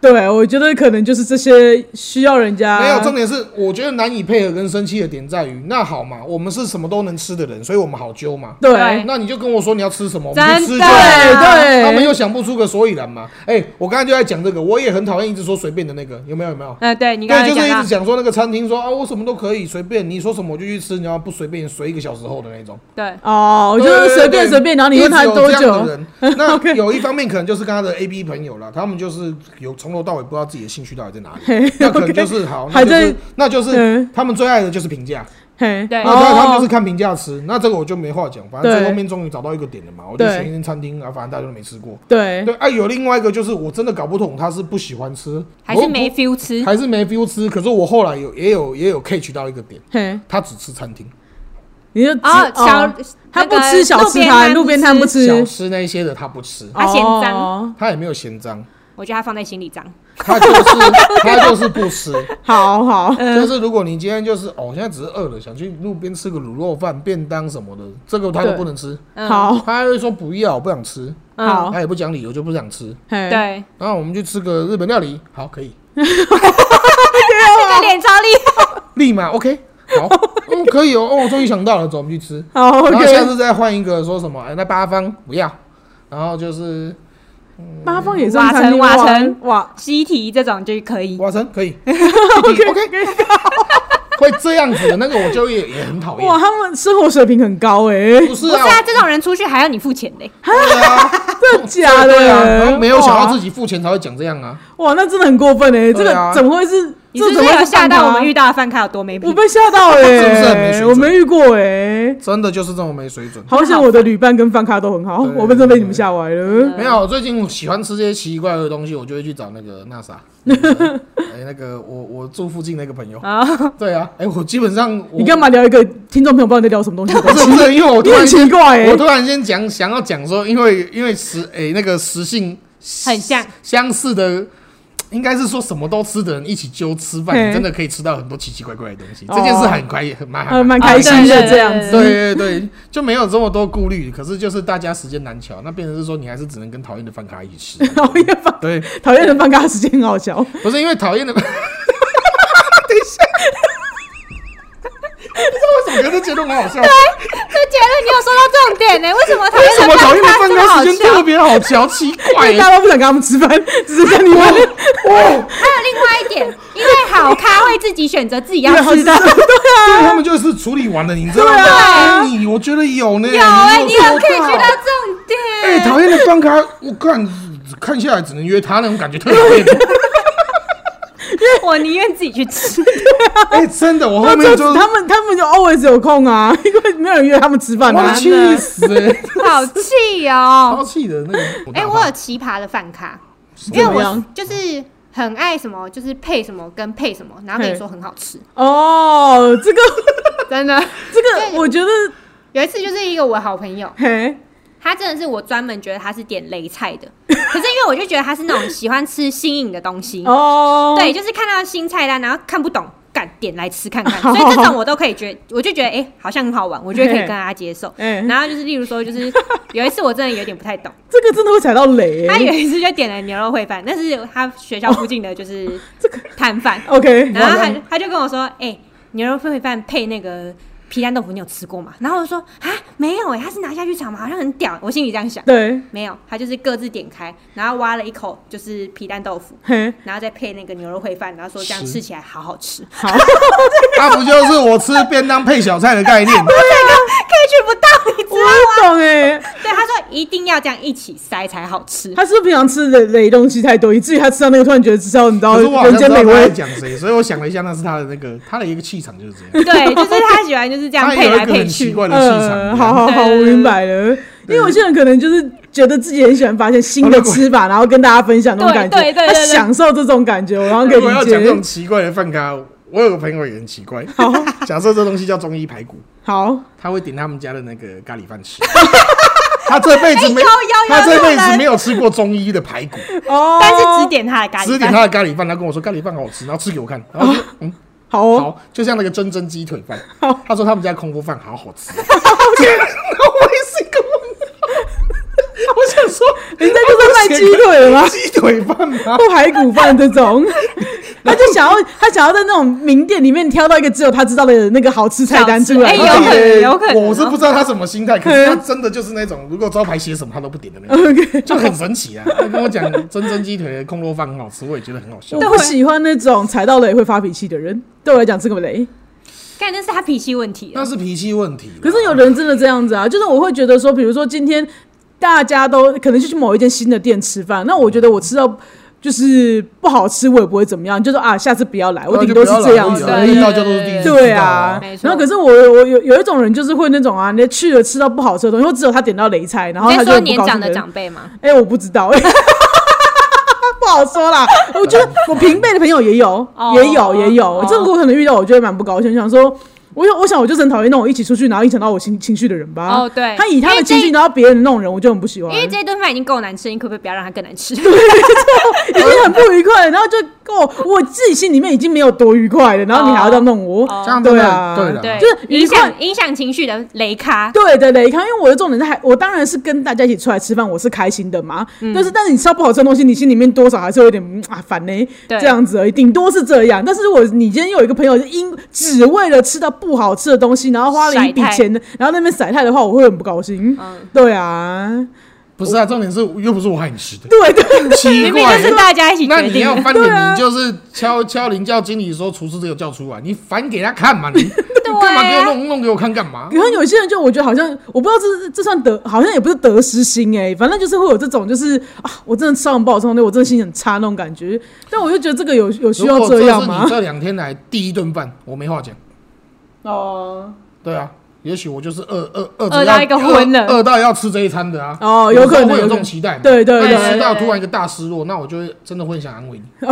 [SPEAKER 1] 对，我觉得可能就是这些需要人家
[SPEAKER 3] 没有，重点是我觉得难以配合跟生气的点在于，那好嘛，我们是什么都能吃的人，所以我们好揪嘛。
[SPEAKER 1] 对
[SPEAKER 2] 对
[SPEAKER 3] 那你就跟我说你要吃什么，我们
[SPEAKER 2] 真
[SPEAKER 3] 就吃
[SPEAKER 2] 的
[SPEAKER 3] 就好了。
[SPEAKER 1] 对
[SPEAKER 3] 他们又想不出个所以然嘛。哎、我刚才就在讲这个，我也很讨厌一直说随便的那个，有没有？有没有？
[SPEAKER 2] 嗯，对你刚
[SPEAKER 3] 对，
[SPEAKER 2] 才
[SPEAKER 3] 就是一
[SPEAKER 2] 讲
[SPEAKER 3] 直
[SPEAKER 2] 到，
[SPEAKER 3] 讲说那个餐厅说啊，我什么都可以随便，你说什么我就去吃，然后不随便随一个小时后的那种。
[SPEAKER 2] 对
[SPEAKER 1] 哦，我就
[SPEAKER 3] 对
[SPEAKER 1] 是
[SPEAKER 3] 对
[SPEAKER 1] 随便
[SPEAKER 3] 对
[SPEAKER 1] 随便，然后你
[SPEAKER 3] 一
[SPEAKER 1] 问
[SPEAKER 3] 直
[SPEAKER 1] 他
[SPEAKER 3] 有
[SPEAKER 1] 多
[SPEAKER 3] 这样的
[SPEAKER 1] 久？
[SPEAKER 3] 人 那
[SPEAKER 1] OK
[SPEAKER 3] 有一方面可能就是跟他的 A B 朋友了，他们就是有从头到尾不知道自己的兴趣到底在哪 里，那可能就是好，那
[SPEAKER 1] 还
[SPEAKER 3] 就
[SPEAKER 1] 在
[SPEAKER 3] 是那就是
[SPEAKER 1] 嗯，
[SPEAKER 3] 他们最爱的就是评价，
[SPEAKER 1] 嘿，
[SPEAKER 2] 对
[SPEAKER 3] 那他他们就
[SPEAKER 1] 哦
[SPEAKER 3] 是，看评价吃，那这个我就没话讲，反正
[SPEAKER 1] 对
[SPEAKER 3] 最后面终于找到一个点了嘛，我就
[SPEAKER 1] 对哎
[SPEAKER 3] 选一间餐厅啊，反正大家都没吃过。
[SPEAKER 1] 对，
[SPEAKER 3] 对，啊，有另外一个就是我真的搞不懂他是不喜欢吃，
[SPEAKER 2] 还是
[SPEAKER 3] 我
[SPEAKER 2] 没 feel 吃，
[SPEAKER 3] 还是没 feel 吃，可是我后来有也有也有 catch 到一个点，
[SPEAKER 1] 嘿，
[SPEAKER 3] 他只吃餐厅，
[SPEAKER 1] 你就
[SPEAKER 2] 哦，
[SPEAKER 1] 只
[SPEAKER 2] 小
[SPEAKER 1] 哦他
[SPEAKER 2] 那
[SPEAKER 1] 不
[SPEAKER 2] 个
[SPEAKER 1] 吃小吃摊，路边摊不吃，
[SPEAKER 3] 小吃那些的他不吃，
[SPEAKER 2] 他嫌脏
[SPEAKER 1] 哦
[SPEAKER 3] 他也没有嫌脏。
[SPEAKER 2] 我觉得他放在心里脏，
[SPEAKER 3] 他就是他就是不吃，
[SPEAKER 1] 好好，
[SPEAKER 3] 就是如果你今天就是哦，我现在只是饿了，想去路边吃个卤肉饭、便当什么的，这个他都
[SPEAKER 1] 对
[SPEAKER 3] 不能吃，
[SPEAKER 2] 嗯，
[SPEAKER 1] 好
[SPEAKER 3] 哦他还会说不要，不想吃，
[SPEAKER 2] 嗯
[SPEAKER 1] 好
[SPEAKER 3] 他也不讲理由就不想吃。
[SPEAKER 1] 嘿，
[SPEAKER 2] 对，
[SPEAKER 3] 然后我们去吃个日本料理，好，可以，
[SPEAKER 2] 这个脸超厉害，
[SPEAKER 3] 立马 OK，好， 嗯，可以哦，哦，我终于想到了，走，我们去吃。
[SPEAKER 1] 好
[SPEAKER 3] 然后下
[SPEAKER 1] ，OK，
[SPEAKER 3] 次再换一个说什么，哎，那八方不要，然后就是
[SPEAKER 1] 八方也
[SPEAKER 2] 瓦
[SPEAKER 1] 算餐厅
[SPEAKER 2] 城瓦
[SPEAKER 1] 哇
[SPEAKER 2] 城
[SPEAKER 1] 哇，
[SPEAKER 2] 习题这种就可以，
[SPEAKER 3] 瓦城 可以，OK，会这样子的那个我就也也很讨
[SPEAKER 1] 哇，
[SPEAKER 3] 厌，
[SPEAKER 1] 他们生活水平很高哎，
[SPEAKER 3] 不是
[SPEAKER 2] 不是
[SPEAKER 3] 啊，
[SPEAKER 2] 啊，这种人出去还要你付钱的，
[SPEAKER 3] 对啊。
[SPEAKER 1] 真的 假的？
[SPEAKER 3] 对啊，然后没有想到自
[SPEAKER 1] 己，
[SPEAKER 3] 己付钱才会讲这样啊。
[SPEAKER 1] 哇，那真的很过分哎，这
[SPEAKER 3] 对啊
[SPEAKER 1] 个怎么会是？
[SPEAKER 2] 你
[SPEAKER 1] 这
[SPEAKER 2] 是不
[SPEAKER 1] 怎么
[SPEAKER 2] 是
[SPEAKER 1] 会
[SPEAKER 2] 有
[SPEAKER 1] 是
[SPEAKER 2] 吓
[SPEAKER 1] 饭
[SPEAKER 2] 到
[SPEAKER 1] 堂
[SPEAKER 2] 我们遇到的饭卡有多没
[SPEAKER 1] 我
[SPEAKER 2] 品？
[SPEAKER 1] 被吓到哎、
[SPEAKER 3] 是不是很没水准
[SPEAKER 1] 我没遇过哎、
[SPEAKER 3] 真的就是这么没水准。
[SPEAKER 1] 好险我的旅伴跟饭咖都很好，
[SPEAKER 3] 对
[SPEAKER 1] 我们真被你们吓歪
[SPEAKER 2] 嗯
[SPEAKER 1] 了。
[SPEAKER 3] 没有，最近喜欢吃这些奇奇怪怪的东西，我就会去找那个 那啥，那个哎，那个我我住附近那个朋友。
[SPEAKER 2] 啊，
[SPEAKER 3] 对啊，哎，我基本上我
[SPEAKER 1] 你干嘛聊一个听众朋友不知道你在聊什么东西的
[SPEAKER 3] 不
[SPEAKER 1] 东西？
[SPEAKER 3] 是不是，因为我突
[SPEAKER 1] 你很
[SPEAKER 3] 然
[SPEAKER 1] 奇
[SPEAKER 3] 间，
[SPEAKER 1] 怪哎、
[SPEAKER 3] 我突然间讲想要讲说，因为因为食哎那个食性
[SPEAKER 2] 很像
[SPEAKER 3] 相似的。应该是说什么都吃的人一起揪吃饭，
[SPEAKER 1] 嘿
[SPEAKER 3] 你真的可以吃到很多奇奇怪怪的东西。
[SPEAKER 1] 哦
[SPEAKER 3] 这件事很快也很蛮
[SPEAKER 1] 呃，蛮
[SPEAKER 3] 蛮
[SPEAKER 1] 开心
[SPEAKER 2] 啊
[SPEAKER 1] 的
[SPEAKER 2] 对对对
[SPEAKER 1] 这样子。
[SPEAKER 3] 对对对，就没有这么多顾虑。可是就是大家时间难巧，那变成是说你还是只能跟讨厌的饭卡一起吃。
[SPEAKER 1] 讨厌饭，
[SPEAKER 3] 对，
[SPEAKER 1] 讨厌的饭咖时间很好笑。
[SPEAKER 3] 不是因为讨厌的。等一 下，不知道为什么觉得这结论很好笑？
[SPEAKER 2] 这结论你有说到重点呢，为什么讨厌
[SPEAKER 3] 为什么讨厌的
[SPEAKER 2] 饭
[SPEAKER 3] 饭
[SPEAKER 2] 卡
[SPEAKER 3] 卡
[SPEAKER 2] 好
[SPEAKER 3] 时间
[SPEAKER 2] 笑
[SPEAKER 3] 特？别好瞧？奇 怪
[SPEAKER 1] 因为大
[SPEAKER 3] 耶！
[SPEAKER 1] 家都不想跟他们吃饭，只是跟你们
[SPEAKER 3] 哦，
[SPEAKER 2] 还有另外一点，因为好咖会自己选择自己
[SPEAKER 1] 啊
[SPEAKER 2] 要吃的。
[SPEAKER 3] 对他们就是处理完了，你知道
[SPEAKER 1] 对啊
[SPEAKER 3] 吗？你我觉得有呢，
[SPEAKER 2] 有哎、你有
[SPEAKER 3] 有
[SPEAKER 2] 可以
[SPEAKER 3] 做
[SPEAKER 2] 去到
[SPEAKER 3] 到。
[SPEAKER 2] 重
[SPEAKER 3] 哎，
[SPEAKER 2] 点。
[SPEAKER 3] 讨厌的饭卡，我看看下来只能约他那种感觉特 讨厌。
[SPEAKER 2] 我宁愿自己去 吃。
[SPEAKER 3] 哎，真的，我后面
[SPEAKER 1] 就
[SPEAKER 3] 就
[SPEAKER 1] 他们他们就 always 有空啊， 因为没有人约他们吃饭
[SPEAKER 3] 我
[SPEAKER 1] 啊。
[SPEAKER 3] 气死 哎！
[SPEAKER 2] 好气哦！
[SPEAKER 3] 抛弃的那个。
[SPEAKER 2] 哎、我有奇葩的饭卡，因为
[SPEAKER 1] 怎么
[SPEAKER 2] 我
[SPEAKER 1] 样
[SPEAKER 2] 就是很爱什么，就是配什么跟配什么，然后跟你说很好 吃，
[SPEAKER 1] 哦，这个
[SPEAKER 2] 真的。
[SPEAKER 1] 这个，我觉得
[SPEAKER 2] 有一次就是一个我好朋友，
[SPEAKER 1] 嘿，
[SPEAKER 2] 他真的是我专门觉得他是点雷菜的，可是因为我就觉得他是那种喜欢吃新颖的东西，
[SPEAKER 1] 哦，
[SPEAKER 2] 嗯对，就是看到新菜单然后看不懂。干点来吃看看，
[SPEAKER 1] 好
[SPEAKER 2] 所以这种我都可以觉我就觉得哎、好像很好玩，我觉得可以跟他接受。
[SPEAKER 1] 哎，
[SPEAKER 2] 然后就是例如说，就是 有一次我真的有点不太懂，
[SPEAKER 1] 这个真的会踩到雷、
[SPEAKER 2] 他
[SPEAKER 1] 欸。
[SPEAKER 2] 有一次就点了牛肉烩饭，那是他学校附近的
[SPEAKER 1] 哦
[SPEAKER 2] 就是摊贩，
[SPEAKER 1] OK，
[SPEAKER 2] 然后他他就跟我说，哎、牛肉烩饭配那个皮蛋豆腐，你有吃过吗？然后我说啊，没有哎、他是拿下去炒吗？好像很屌，我心里这样想。
[SPEAKER 1] 对，
[SPEAKER 2] 没有，他就是各自点开，然后挖了一口就是皮蛋豆腐，
[SPEAKER 1] 嘿，
[SPEAKER 2] 然后再配那个牛肉烩饭，然后说这样
[SPEAKER 3] 是
[SPEAKER 2] 吃起来好好吃，
[SPEAKER 1] 好，
[SPEAKER 3] 它啊不就是我吃便当配小菜的概念？
[SPEAKER 2] 可以去不到你
[SPEAKER 1] 我
[SPEAKER 2] 知。
[SPEAKER 1] 不懂哎、欸，
[SPEAKER 2] 对，他说一定要这样一起塞才好吃。
[SPEAKER 1] 他是不是平常吃的雷东西太多，以至于他吃到那个突然觉得吃到你知道
[SPEAKER 2] 哦
[SPEAKER 3] 可是我好像
[SPEAKER 1] 人
[SPEAKER 3] 知
[SPEAKER 1] 间
[SPEAKER 3] 道
[SPEAKER 1] 美
[SPEAKER 3] 他在
[SPEAKER 1] 味，
[SPEAKER 3] 讲谁，所以我想了一下，那是他的那个他的一个气场就是这样，
[SPEAKER 2] 对，就是他喜欢就是这样
[SPEAKER 3] 他
[SPEAKER 2] 配
[SPEAKER 3] 有一
[SPEAKER 2] 来
[SPEAKER 3] 个
[SPEAKER 2] 配
[SPEAKER 3] 很奇
[SPEAKER 2] 去。嗯
[SPEAKER 3] 怪的气
[SPEAKER 1] 呃，
[SPEAKER 3] 场。
[SPEAKER 1] 好好好，
[SPEAKER 2] 对
[SPEAKER 1] 我
[SPEAKER 2] 对对
[SPEAKER 1] 明白了，因为有些人可能就是觉得自己很喜欢发现新的吃法，然后跟大家分享那种感觉，
[SPEAKER 2] 对对对对对
[SPEAKER 1] 他享受这种感觉，我然后可以
[SPEAKER 3] 如果要
[SPEAKER 1] 理
[SPEAKER 3] 讲这种
[SPEAKER 1] 解。
[SPEAKER 3] 奇怪的饭咖，我有个朋友也很奇怪。 假设这东西叫中医排骨，
[SPEAKER 1] 好，
[SPEAKER 3] 他会点他们家的那个咖喱饭吃。 他这辈子没
[SPEAKER 2] 哎有有有
[SPEAKER 3] 他这辈
[SPEAKER 2] 有
[SPEAKER 3] 子
[SPEAKER 2] 人
[SPEAKER 3] 没有吃过中医的排 骨，
[SPEAKER 1] 哦，
[SPEAKER 2] 但是只点他的咖喱饭，
[SPEAKER 3] 只点他的咖喱饭，他跟我说咖喱饭好吃，然后吃给我看，然后我就 嗯
[SPEAKER 1] 好哦，
[SPEAKER 3] 好，就像那个真真鸡腿饭，他说他们家空锅饭好好吃。天啊，我也是一个问号，我想说
[SPEAKER 1] 人家就是卖鸡腿的 吗？
[SPEAKER 3] 鸡腿饭吗？
[SPEAKER 1] 不排骨饭这种，他就想要他想要在那种名店里面挑到一个只有他知道的那个好吃菜单出来
[SPEAKER 2] 哎。有可能有可能哦
[SPEAKER 3] 我是不知道他什么心态，可是他真的就是那种，如果招牌写什么他都不点的那 种，
[SPEAKER 1] OK，
[SPEAKER 3] 就很神奇啊！他跟我讲真蒸鸡腿的空肉饭很好吃，我也觉得很好笑
[SPEAKER 1] 我。不喜欢那种踩到雷会发脾气的人，对我来讲这个雷。
[SPEAKER 2] 干那是他脾气问题啊
[SPEAKER 3] 那。是脾气问题啦，
[SPEAKER 1] 可是有人真的这样子啊，就是我会觉得说，比如说今天大家都可能就去某一间新的店吃饭，
[SPEAKER 3] 嗯
[SPEAKER 1] 那我觉得我吃到就是不好吃，我也不会怎么样，就说啊，下次不要来，我
[SPEAKER 3] 那
[SPEAKER 1] 顶多
[SPEAKER 3] 就不
[SPEAKER 1] 是
[SPEAKER 3] 要
[SPEAKER 1] 这
[SPEAKER 3] 来
[SPEAKER 1] 样
[SPEAKER 3] 而已
[SPEAKER 1] 子
[SPEAKER 3] 啊
[SPEAKER 1] 而
[SPEAKER 2] 对
[SPEAKER 1] 已
[SPEAKER 3] 遇。到就都是第一次
[SPEAKER 1] 对
[SPEAKER 3] 遇到
[SPEAKER 1] 啊
[SPEAKER 2] 没，错
[SPEAKER 1] 然后可是我我有有一种人就是会那种啊，你去了吃到不好吃的东西，或只有他点到雷菜，然后
[SPEAKER 2] 你
[SPEAKER 1] 他
[SPEAKER 2] 在
[SPEAKER 1] 就
[SPEAKER 2] 说
[SPEAKER 1] 很不
[SPEAKER 2] 年
[SPEAKER 1] 高兴
[SPEAKER 2] 长的
[SPEAKER 1] 人
[SPEAKER 2] 长辈吗？
[SPEAKER 1] 哎、 我不知道，不好说啦。我觉得我平辈的朋友也有，
[SPEAKER 2] 哦
[SPEAKER 1] 也有，也有。
[SPEAKER 2] 哦
[SPEAKER 1] 这个我可能遇到，我觉得蛮不高兴，想说。我有，我想我就是很讨厌那种一起出去然后影响到我情情绪的人吧。
[SPEAKER 2] 哦对
[SPEAKER 1] 他以他的
[SPEAKER 2] 因为
[SPEAKER 1] 情
[SPEAKER 2] 这
[SPEAKER 1] 绪影响到别人的那种人，我就很不喜欢，
[SPEAKER 2] 因为这一顿饭已经够难吃，你可不可以不要让它更难吃？
[SPEAKER 1] 已经很不愉快了，然后就跟我我自己心里面已经没有多愉快了，然后你还要这样弄
[SPEAKER 2] 哦
[SPEAKER 1] 我，
[SPEAKER 3] 这样真
[SPEAKER 1] 对
[SPEAKER 3] 的
[SPEAKER 1] 啊
[SPEAKER 3] 对啦
[SPEAKER 2] 对，
[SPEAKER 1] 就是愉
[SPEAKER 2] 影
[SPEAKER 1] 快
[SPEAKER 2] 响影响情绪的雷 咖。
[SPEAKER 1] 对的雷康，因为我的重点是还我当然是跟大家一起出来吃饭，我是开心的嘛。
[SPEAKER 3] 嗯
[SPEAKER 1] 但是但是你吃到不好吃的东西，你心里面多少还是会有点嗯啊烦呢、
[SPEAKER 2] 对
[SPEAKER 1] 这样子而已，顶多是这样。但是如果你今天有一个朋友是因只为了吃到不好吃的东西，然后花了一笔
[SPEAKER 2] 甩态
[SPEAKER 1] 钱，然后那边甩态的话，我会很不高兴。
[SPEAKER 2] 嗯，
[SPEAKER 1] 对啊，
[SPEAKER 3] 不是啊，重点是又不是我喊你吃的，
[SPEAKER 1] 对对
[SPEAKER 3] 奇
[SPEAKER 2] 明明就
[SPEAKER 3] 怪。
[SPEAKER 2] 是 大家一起
[SPEAKER 3] 那
[SPEAKER 2] 决
[SPEAKER 3] 你
[SPEAKER 2] 定
[SPEAKER 3] 要
[SPEAKER 2] 的，
[SPEAKER 3] 翻
[SPEAKER 1] 对
[SPEAKER 3] 脸，
[SPEAKER 1] 啊
[SPEAKER 3] 你就是敲敲铃叫经理说厨师这个叫出来，你反给他看 嘛，你
[SPEAKER 2] 对
[SPEAKER 3] 你
[SPEAKER 2] 啊
[SPEAKER 3] 干嘛给我弄弄给我看干嘛？
[SPEAKER 1] 然后有些人就我觉得好像我不知道这这算得好像也不是得失心哎、反正就是会有这种就是啊，我真的吃到很不好吃的东西，我真的心情很差那种感觉。但我就觉得这个有有需
[SPEAKER 3] 如
[SPEAKER 1] 要
[SPEAKER 3] 果这
[SPEAKER 1] 样
[SPEAKER 3] 是
[SPEAKER 1] 吗
[SPEAKER 3] 你？这两天来第一顿饭，我没话讲。
[SPEAKER 1] 哦。
[SPEAKER 3] 对啊，也许我就是饿饿饿着
[SPEAKER 2] 饿到
[SPEAKER 3] 要
[SPEAKER 2] 一个昏了
[SPEAKER 3] 饿饿到要吃这一餐的啊。
[SPEAKER 1] 哦
[SPEAKER 3] 有
[SPEAKER 1] 有可能
[SPEAKER 3] 时候会
[SPEAKER 1] 有
[SPEAKER 3] 有这
[SPEAKER 1] 可
[SPEAKER 3] 种
[SPEAKER 1] 能
[SPEAKER 3] 期待嘛。
[SPEAKER 1] 对对
[SPEAKER 3] 那
[SPEAKER 2] 对
[SPEAKER 3] 你吃到
[SPEAKER 2] 对
[SPEAKER 3] 突然一个大失落，那我就会真的会想安慰你，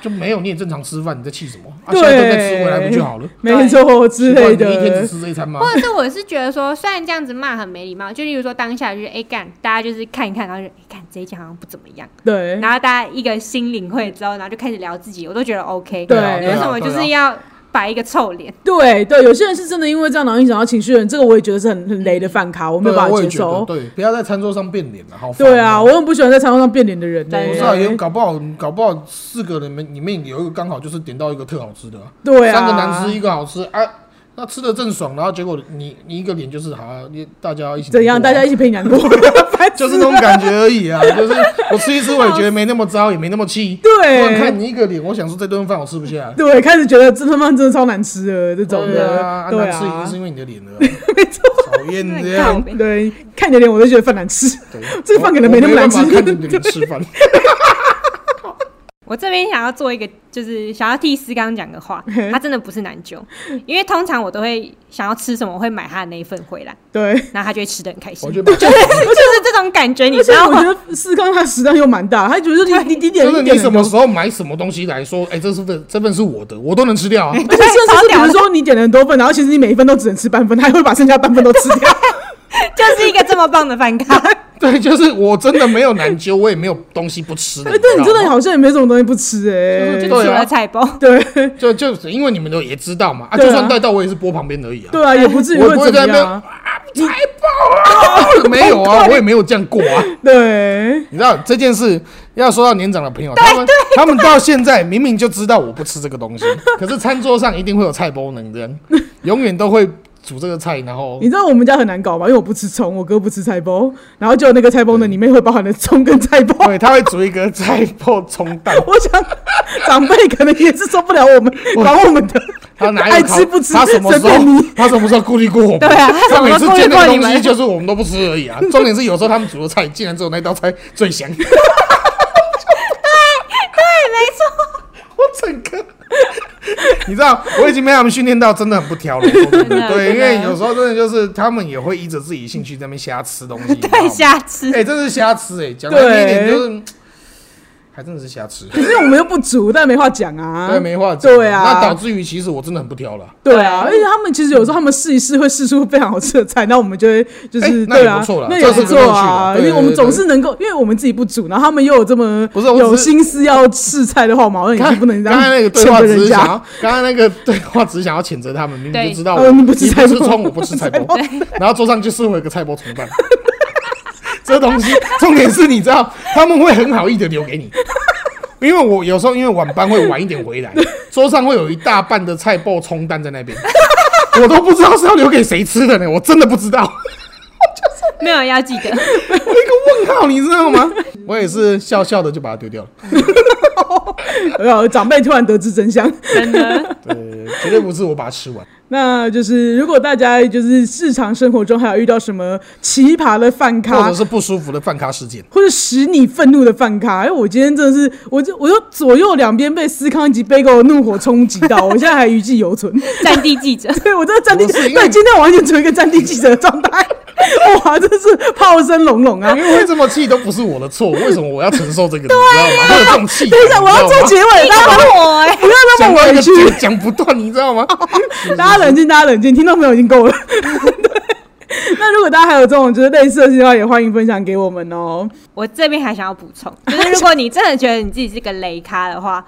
[SPEAKER 3] 就没有你也正常吃饭，你在气什么？啊，
[SPEAKER 1] 对
[SPEAKER 3] 下一顿再吃回来不就好了？
[SPEAKER 1] 没错之类
[SPEAKER 3] 奇怪你一天
[SPEAKER 1] 的
[SPEAKER 3] 只。吃这一餐吗？
[SPEAKER 2] 或者是我是觉得说，虽然这样子骂很没礼貌，就例如说当下就是哎干，大家就是看一看，然后就哎干这一家好像不怎么样，
[SPEAKER 1] 对，
[SPEAKER 2] 然后大家一个新领会之后，然后就开始聊自己，我都觉得 OK。
[SPEAKER 1] 对
[SPEAKER 3] 啊，对啊
[SPEAKER 2] 为什么就
[SPEAKER 3] 对啊
[SPEAKER 2] 是要摆一个臭脸？
[SPEAKER 1] 对对，有些人是真的因为这样然后影响到情绪的人，这个我也觉得是很很雷的饭卡，我没有
[SPEAKER 3] 对啊
[SPEAKER 1] 办法
[SPEAKER 3] 我也
[SPEAKER 1] 接
[SPEAKER 3] 觉得
[SPEAKER 1] 受。
[SPEAKER 3] 对，不要在餐桌上变脸了，好烦哦。
[SPEAKER 1] 对啊，我很不喜欢在餐桌上变脸的人呢、
[SPEAKER 2] 对
[SPEAKER 3] 不是啊，有搞不好搞不好四个人里面有一个刚好就是点到一个特好吃的啊，
[SPEAKER 1] 对啊，
[SPEAKER 3] 三个难吃一个好吃啊。那吃的正爽，然后结果你你一个脸就是好、啊，你大家一起
[SPEAKER 1] 怎样？
[SPEAKER 3] 过啊
[SPEAKER 1] 大家 一起陪你 难过，烦死
[SPEAKER 3] 就是那种感觉而已啊，就是我吃一吃，我也觉得没那么糟，也没那么气。我
[SPEAKER 1] 对
[SPEAKER 3] 看你一个脸，我想说这顿饭我吃不下。
[SPEAKER 1] 对，开始觉得这顿饭真的超难吃了，这种
[SPEAKER 3] 对啊，
[SPEAKER 1] 的，
[SPEAKER 3] 啊
[SPEAKER 1] 对
[SPEAKER 3] 难吃已经
[SPEAKER 1] 啊
[SPEAKER 3] 是，因为你的脸 了啊，没错，讨厌啊
[SPEAKER 2] 那
[SPEAKER 3] 这
[SPEAKER 2] 你看
[SPEAKER 3] 样
[SPEAKER 2] 我。
[SPEAKER 1] 对，看你的脸我都觉得饭难吃。
[SPEAKER 3] 对
[SPEAKER 1] 这饭可能
[SPEAKER 3] 我
[SPEAKER 1] 没那么难吃
[SPEAKER 3] 我没办法看你的脸吃饭，
[SPEAKER 2] 我这边想要做一个，就是想要替思刚讲个话， 他真的不是难揪，因为通常我都会想要吃什么，我会买他的那一份回来，
[SPEAKER 1] 对，
[SPEAKER 2] 然后他就会吃的很开心，
[SPEAKER 3] 我
[SPEAKER 2] 就
[SPEAKER 3] 觉得
[SPEAKER 2] 是这种感觉，你
[SPEAKER 1] 而且
[SPEAKER 2] 知道
[SPEAKER 1] 我
[SPEAKER 2] 吗
[SPEAKER 1] 觉？得思康他食量又蛮大，他觉得你你你点
[SPEAKER 3] 就
[SPEAKER 1] 一
[SPEAKER 3] 是
[SPEAKER 1] 点
[SPEAKER 3] 你什么时候买什么东西来说，哎，这是份这份是我的，我都能吃掉啊。
[SPEAKER 1] 而 且甚至是比如说你点了很多份，然后其实你每一份都只能吃半份，他还会把剩下半份都吃 掉。
[SPEAKER 2] 就是一个这么棒的饭咖，
[SPEAKER 3] 对，就是我真的没有难揪，我也没有东西不吃的。
[SPEAKER 1] 哎，但你
[SPEAKER 3] 知
[SPEAKER 1] 真
[SPEAKER 3] 道吗
[SPEAKER 1] 的好像也没什么东西不 吃哎、
[SPEAKER 2] 就
[SPEAKER 3] 对啊
[SPEAKER 2] 除了菜包，
[SPEAKER 1] 对
[SPEAKER 3] 就就是因为你们都也知道嘛，啊，
[SPEAKER 1] 对啊
[SPEAKER 3] 就算带到我也是播旁边而已啊。
[SPEAKER 1] 对啊，也不至于
[SPEAKER 3] 我
[SPEAKER 1] 会
[SPEAKER 3] 不会
[SPEAKER 1] 怎
[SPEAKER 3] 在
[SPEAKER 1] 么
[SPEAKER 3] 那边
[SPEAKER 1] 样
[SPEAKER 3] 啊。，财报啊， 没有啊，我也没有这样过啊。
[SPEAKER 1] 对，
[SPEAKER 3] 你知道这件事，要说到年长的朋友，他们他们到现在明明就知道我不吃这个东西，可是餐桌上一定会有菜包能扔，永远都会煮这个菜，然后
[SPEAKER 1] 你知道我们家很难搞吗？因为我不吃葱，我哥不吃菜包，然后就那个菜包呢，里面会包含了葱跟菜包。
[SPEAKER 3] 对他会煮一个菜包葱蛋，
[SPEAKER 1] 我想长辈可能也是受不了我们管我们的，
[SPEAKER 3] 他哪
[SPEAKER 1] 爱
[SPEAKER 3] 有烤
[SPEAKER 1] 吃不吃
[SPEAKER 3] 他什么时
[SPEAKER 1] 随便
[SPEAKER 3] 候
[SPEAKER 1] 你
[SPEAKER 3] 他什么时候顾虑过我们？
[SPEAKER 2] 对啊他
[SPEAKER 3] 他
[SPEAKER 2] 什么
[SPEAKER 3] 每
[SPEAKER 2] 时候
[SPEAKER 3] 次
[SPEAKER 2] 顾虑
[SPEAKER 3] 见那
[SPEAKER 2] 过
[SPEAKER 3] 个
[SPEAKER 2] 你
[SPEAKER 3] 东西
[SPEAKER 2] 们
[SPEAKER 3] 就是我们都不吃而已啊。重点是有时候他们煮的菜竟然只有那道菜最香， 我整 个。你知道，我已经被他们训练到真的很不挑了。我说真
[SPEAKER 2] 真
[SPEAKER 3] 的
[SPEAKER 2] 的啊
[SPEAKER 3] 对，因
[SPEAKER 2] 真的
[SPEAKER 3] 为有时候真的就是他们也会依着自己兴趣在那边瞎吃 东西。你知道吗
[SPEAKER 2] 对，瞎吃
[SPEAKER 3] 哎、。真是瞎吃哎、讲难听一点就是，还真的是瞎吃。
[SPEAKER 1] 可是我们又不煮，但没话讲啊。
[SPEAKER 3] 对，没话讲。
[SPEAKER 1] 对啊
[SPEAKER 3] 那导致于其实我真的很不挑了。
[SPEAKER 1] 对啊，而且他们其实有时候他们试一试会试出非常好吃的菜，那我们就会就是
[SPEAKER 3] 哎那也
[SPEAKER 1] 对啊
[SPEAKER 3] 不错啦，
[SPEAKER 1] 那
[SPEAKER 3] 这
[SPEAKER 1] 也
[SPEAKER 3] 是
[SPEAKER 1] 不
[SPEAKER 3] 个
[SPEAKER 1] 错啊，
[SPEAKER 3] 乐趣啦对
[SPEAKER 1] 因为我们
[SPEAKER 3] 对对
[SPEAKER 1] 总是能够，因为我们自己不煮，然后他们又有这么
[SPEAKER 3] 不是我只是
[SPEAKER 1] 有心思要试菜的话，我们好像也是不能这
[SPEAKER 3] 刚才那个
[SPEAKER 1] 样
[SPEAKER 3] 对
[SPEAKER 1] 谴
[SPEAKER 3] 话
[SPEAKER 1] 责
[SPEAKER 3] 只是
[SPEAKER 1] 人
[SPEAKER 3] 想
[SPEAKER 1] 家。
[SPEAKER 3] 要，刚才那个对话只是想要谴责他们，明明
[SPEAKER 2] 对
[SPEAKER 3] 就知道
[SPEAKER 1] 呃
[SPEAKER 3] 我
[SPEAKER 1] 你不
[SPEAKER 3] 不
[SPEAKER 1] 吃
[SPEAKER 3] 吃
[SPEAKER 1] 菜包
[SPEAKER 3] 葱，我不吃菜包，然后桌上就是我有个菜包重蛋，这东西重点是你知道他们会很好意的留给你，因为我有时候因为晚班会晚一点回来，桌上会有一大半的菜包冲蛋在那边，我都不知道是要留给谁吃的呢，我真的不知道，
[SPEAKER 2] 没有人要记得，
[SPEAKER 3] 我一个问号，你知道吗？我也是笑笑的就把它丢掉了，
[SPEAKER 1] 然后啊长辈突然得知真相。
[SPEAKER 2] 真的。
[SPEAKER 3] 对，绝对不是我把它吃完。
[SPEAKER 1] 那就是如果大家就是日常生活中还有遇到什么奇葩的饭
[SPEAKER 3] 或
[SPEAKER 1] 咖
[SPEAKER 3] 者，是不舒服的饭咖事件。
[SPEAKER 1] 或者使你愤怒的饭咖，哎，我今天真的是，我就我就左右两边被思康以及贝狗的怒火冲击到，我现在还余悸犹存。
[SPEAKER 2] 战地记者，
[SPEAKER 1] 对我真的战地，
[SPEAKER 3] 不是因为
[SPEAKER 1] 对，今天完全处于一个战地记者的状态， 哇，真是炮声隆隆 啊
[SPEAKER 3] 因！为会这么气都不是我的错，为什么我要承 受这个？你知道吗？会有这种气。
[SPEAKER 1] 啊等一下，我要做结尾，大家
[SPEAKER 2] 我哎、
[SPEAKER 1] 不要那
[SPEAKER 3] 讲
[SPEAKER 1] 么
[SPEAKER 3] 到一
[SPEAKER 1] 委
[SPEAKER 3] 个
[SPEAKER 1] 屈，
[SPEAKER 3] 讲讲不断，你知道 吗？
[SPEAKER 1] 大家冷静，大家冷静，听众朋友已经够了。 对，那如果大家还有这种就是类似的事情的话，也欢迎分享给我们哦。
[SPEAKER 2] 我这边还想要补充，就是如果你真的觉得你自己是个雷咖 的话，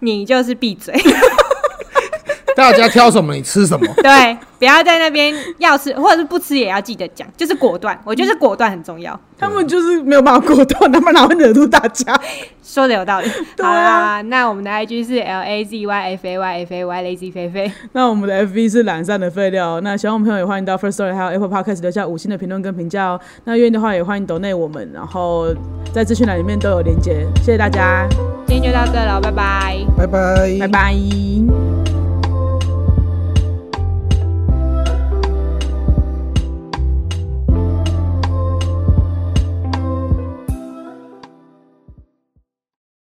[SPEAKER 2] 你就是闭嘴，
[SPEAKER 3] 大家挑什么你吃什么，
[SPEAKER 2] 对，不要在那边要吃或者是不吃也要记得讲，就是果断，我觉得果断很重要，
[SPEAKER 1] 他们就是没有办法果断，他们哪会惹怒大家？
[SPEAKER 2] 说的有道理。
[SPEAKER 1] 对啊
[SPEAKER 2] 好啦，那我们的 IG 是 L A Z Y F A Y F A Y Lazy 菲菲，
[SPEAKER 1] 那我们的 FV 是懒散的废料。哦那喜欢我们朋友也欢迎到 First Story 还有 Apple Podcast 留下五星的评论跟评价哦。那愿意的话也欢迎 donate 我们，然后在资讯栏里面都有连接。谢谢大家，
[SPEAKER 2] 今天就到这了，拜拜。
[SPEAKER 3] 拜拜，
[SPEAKER 1] 拜拜。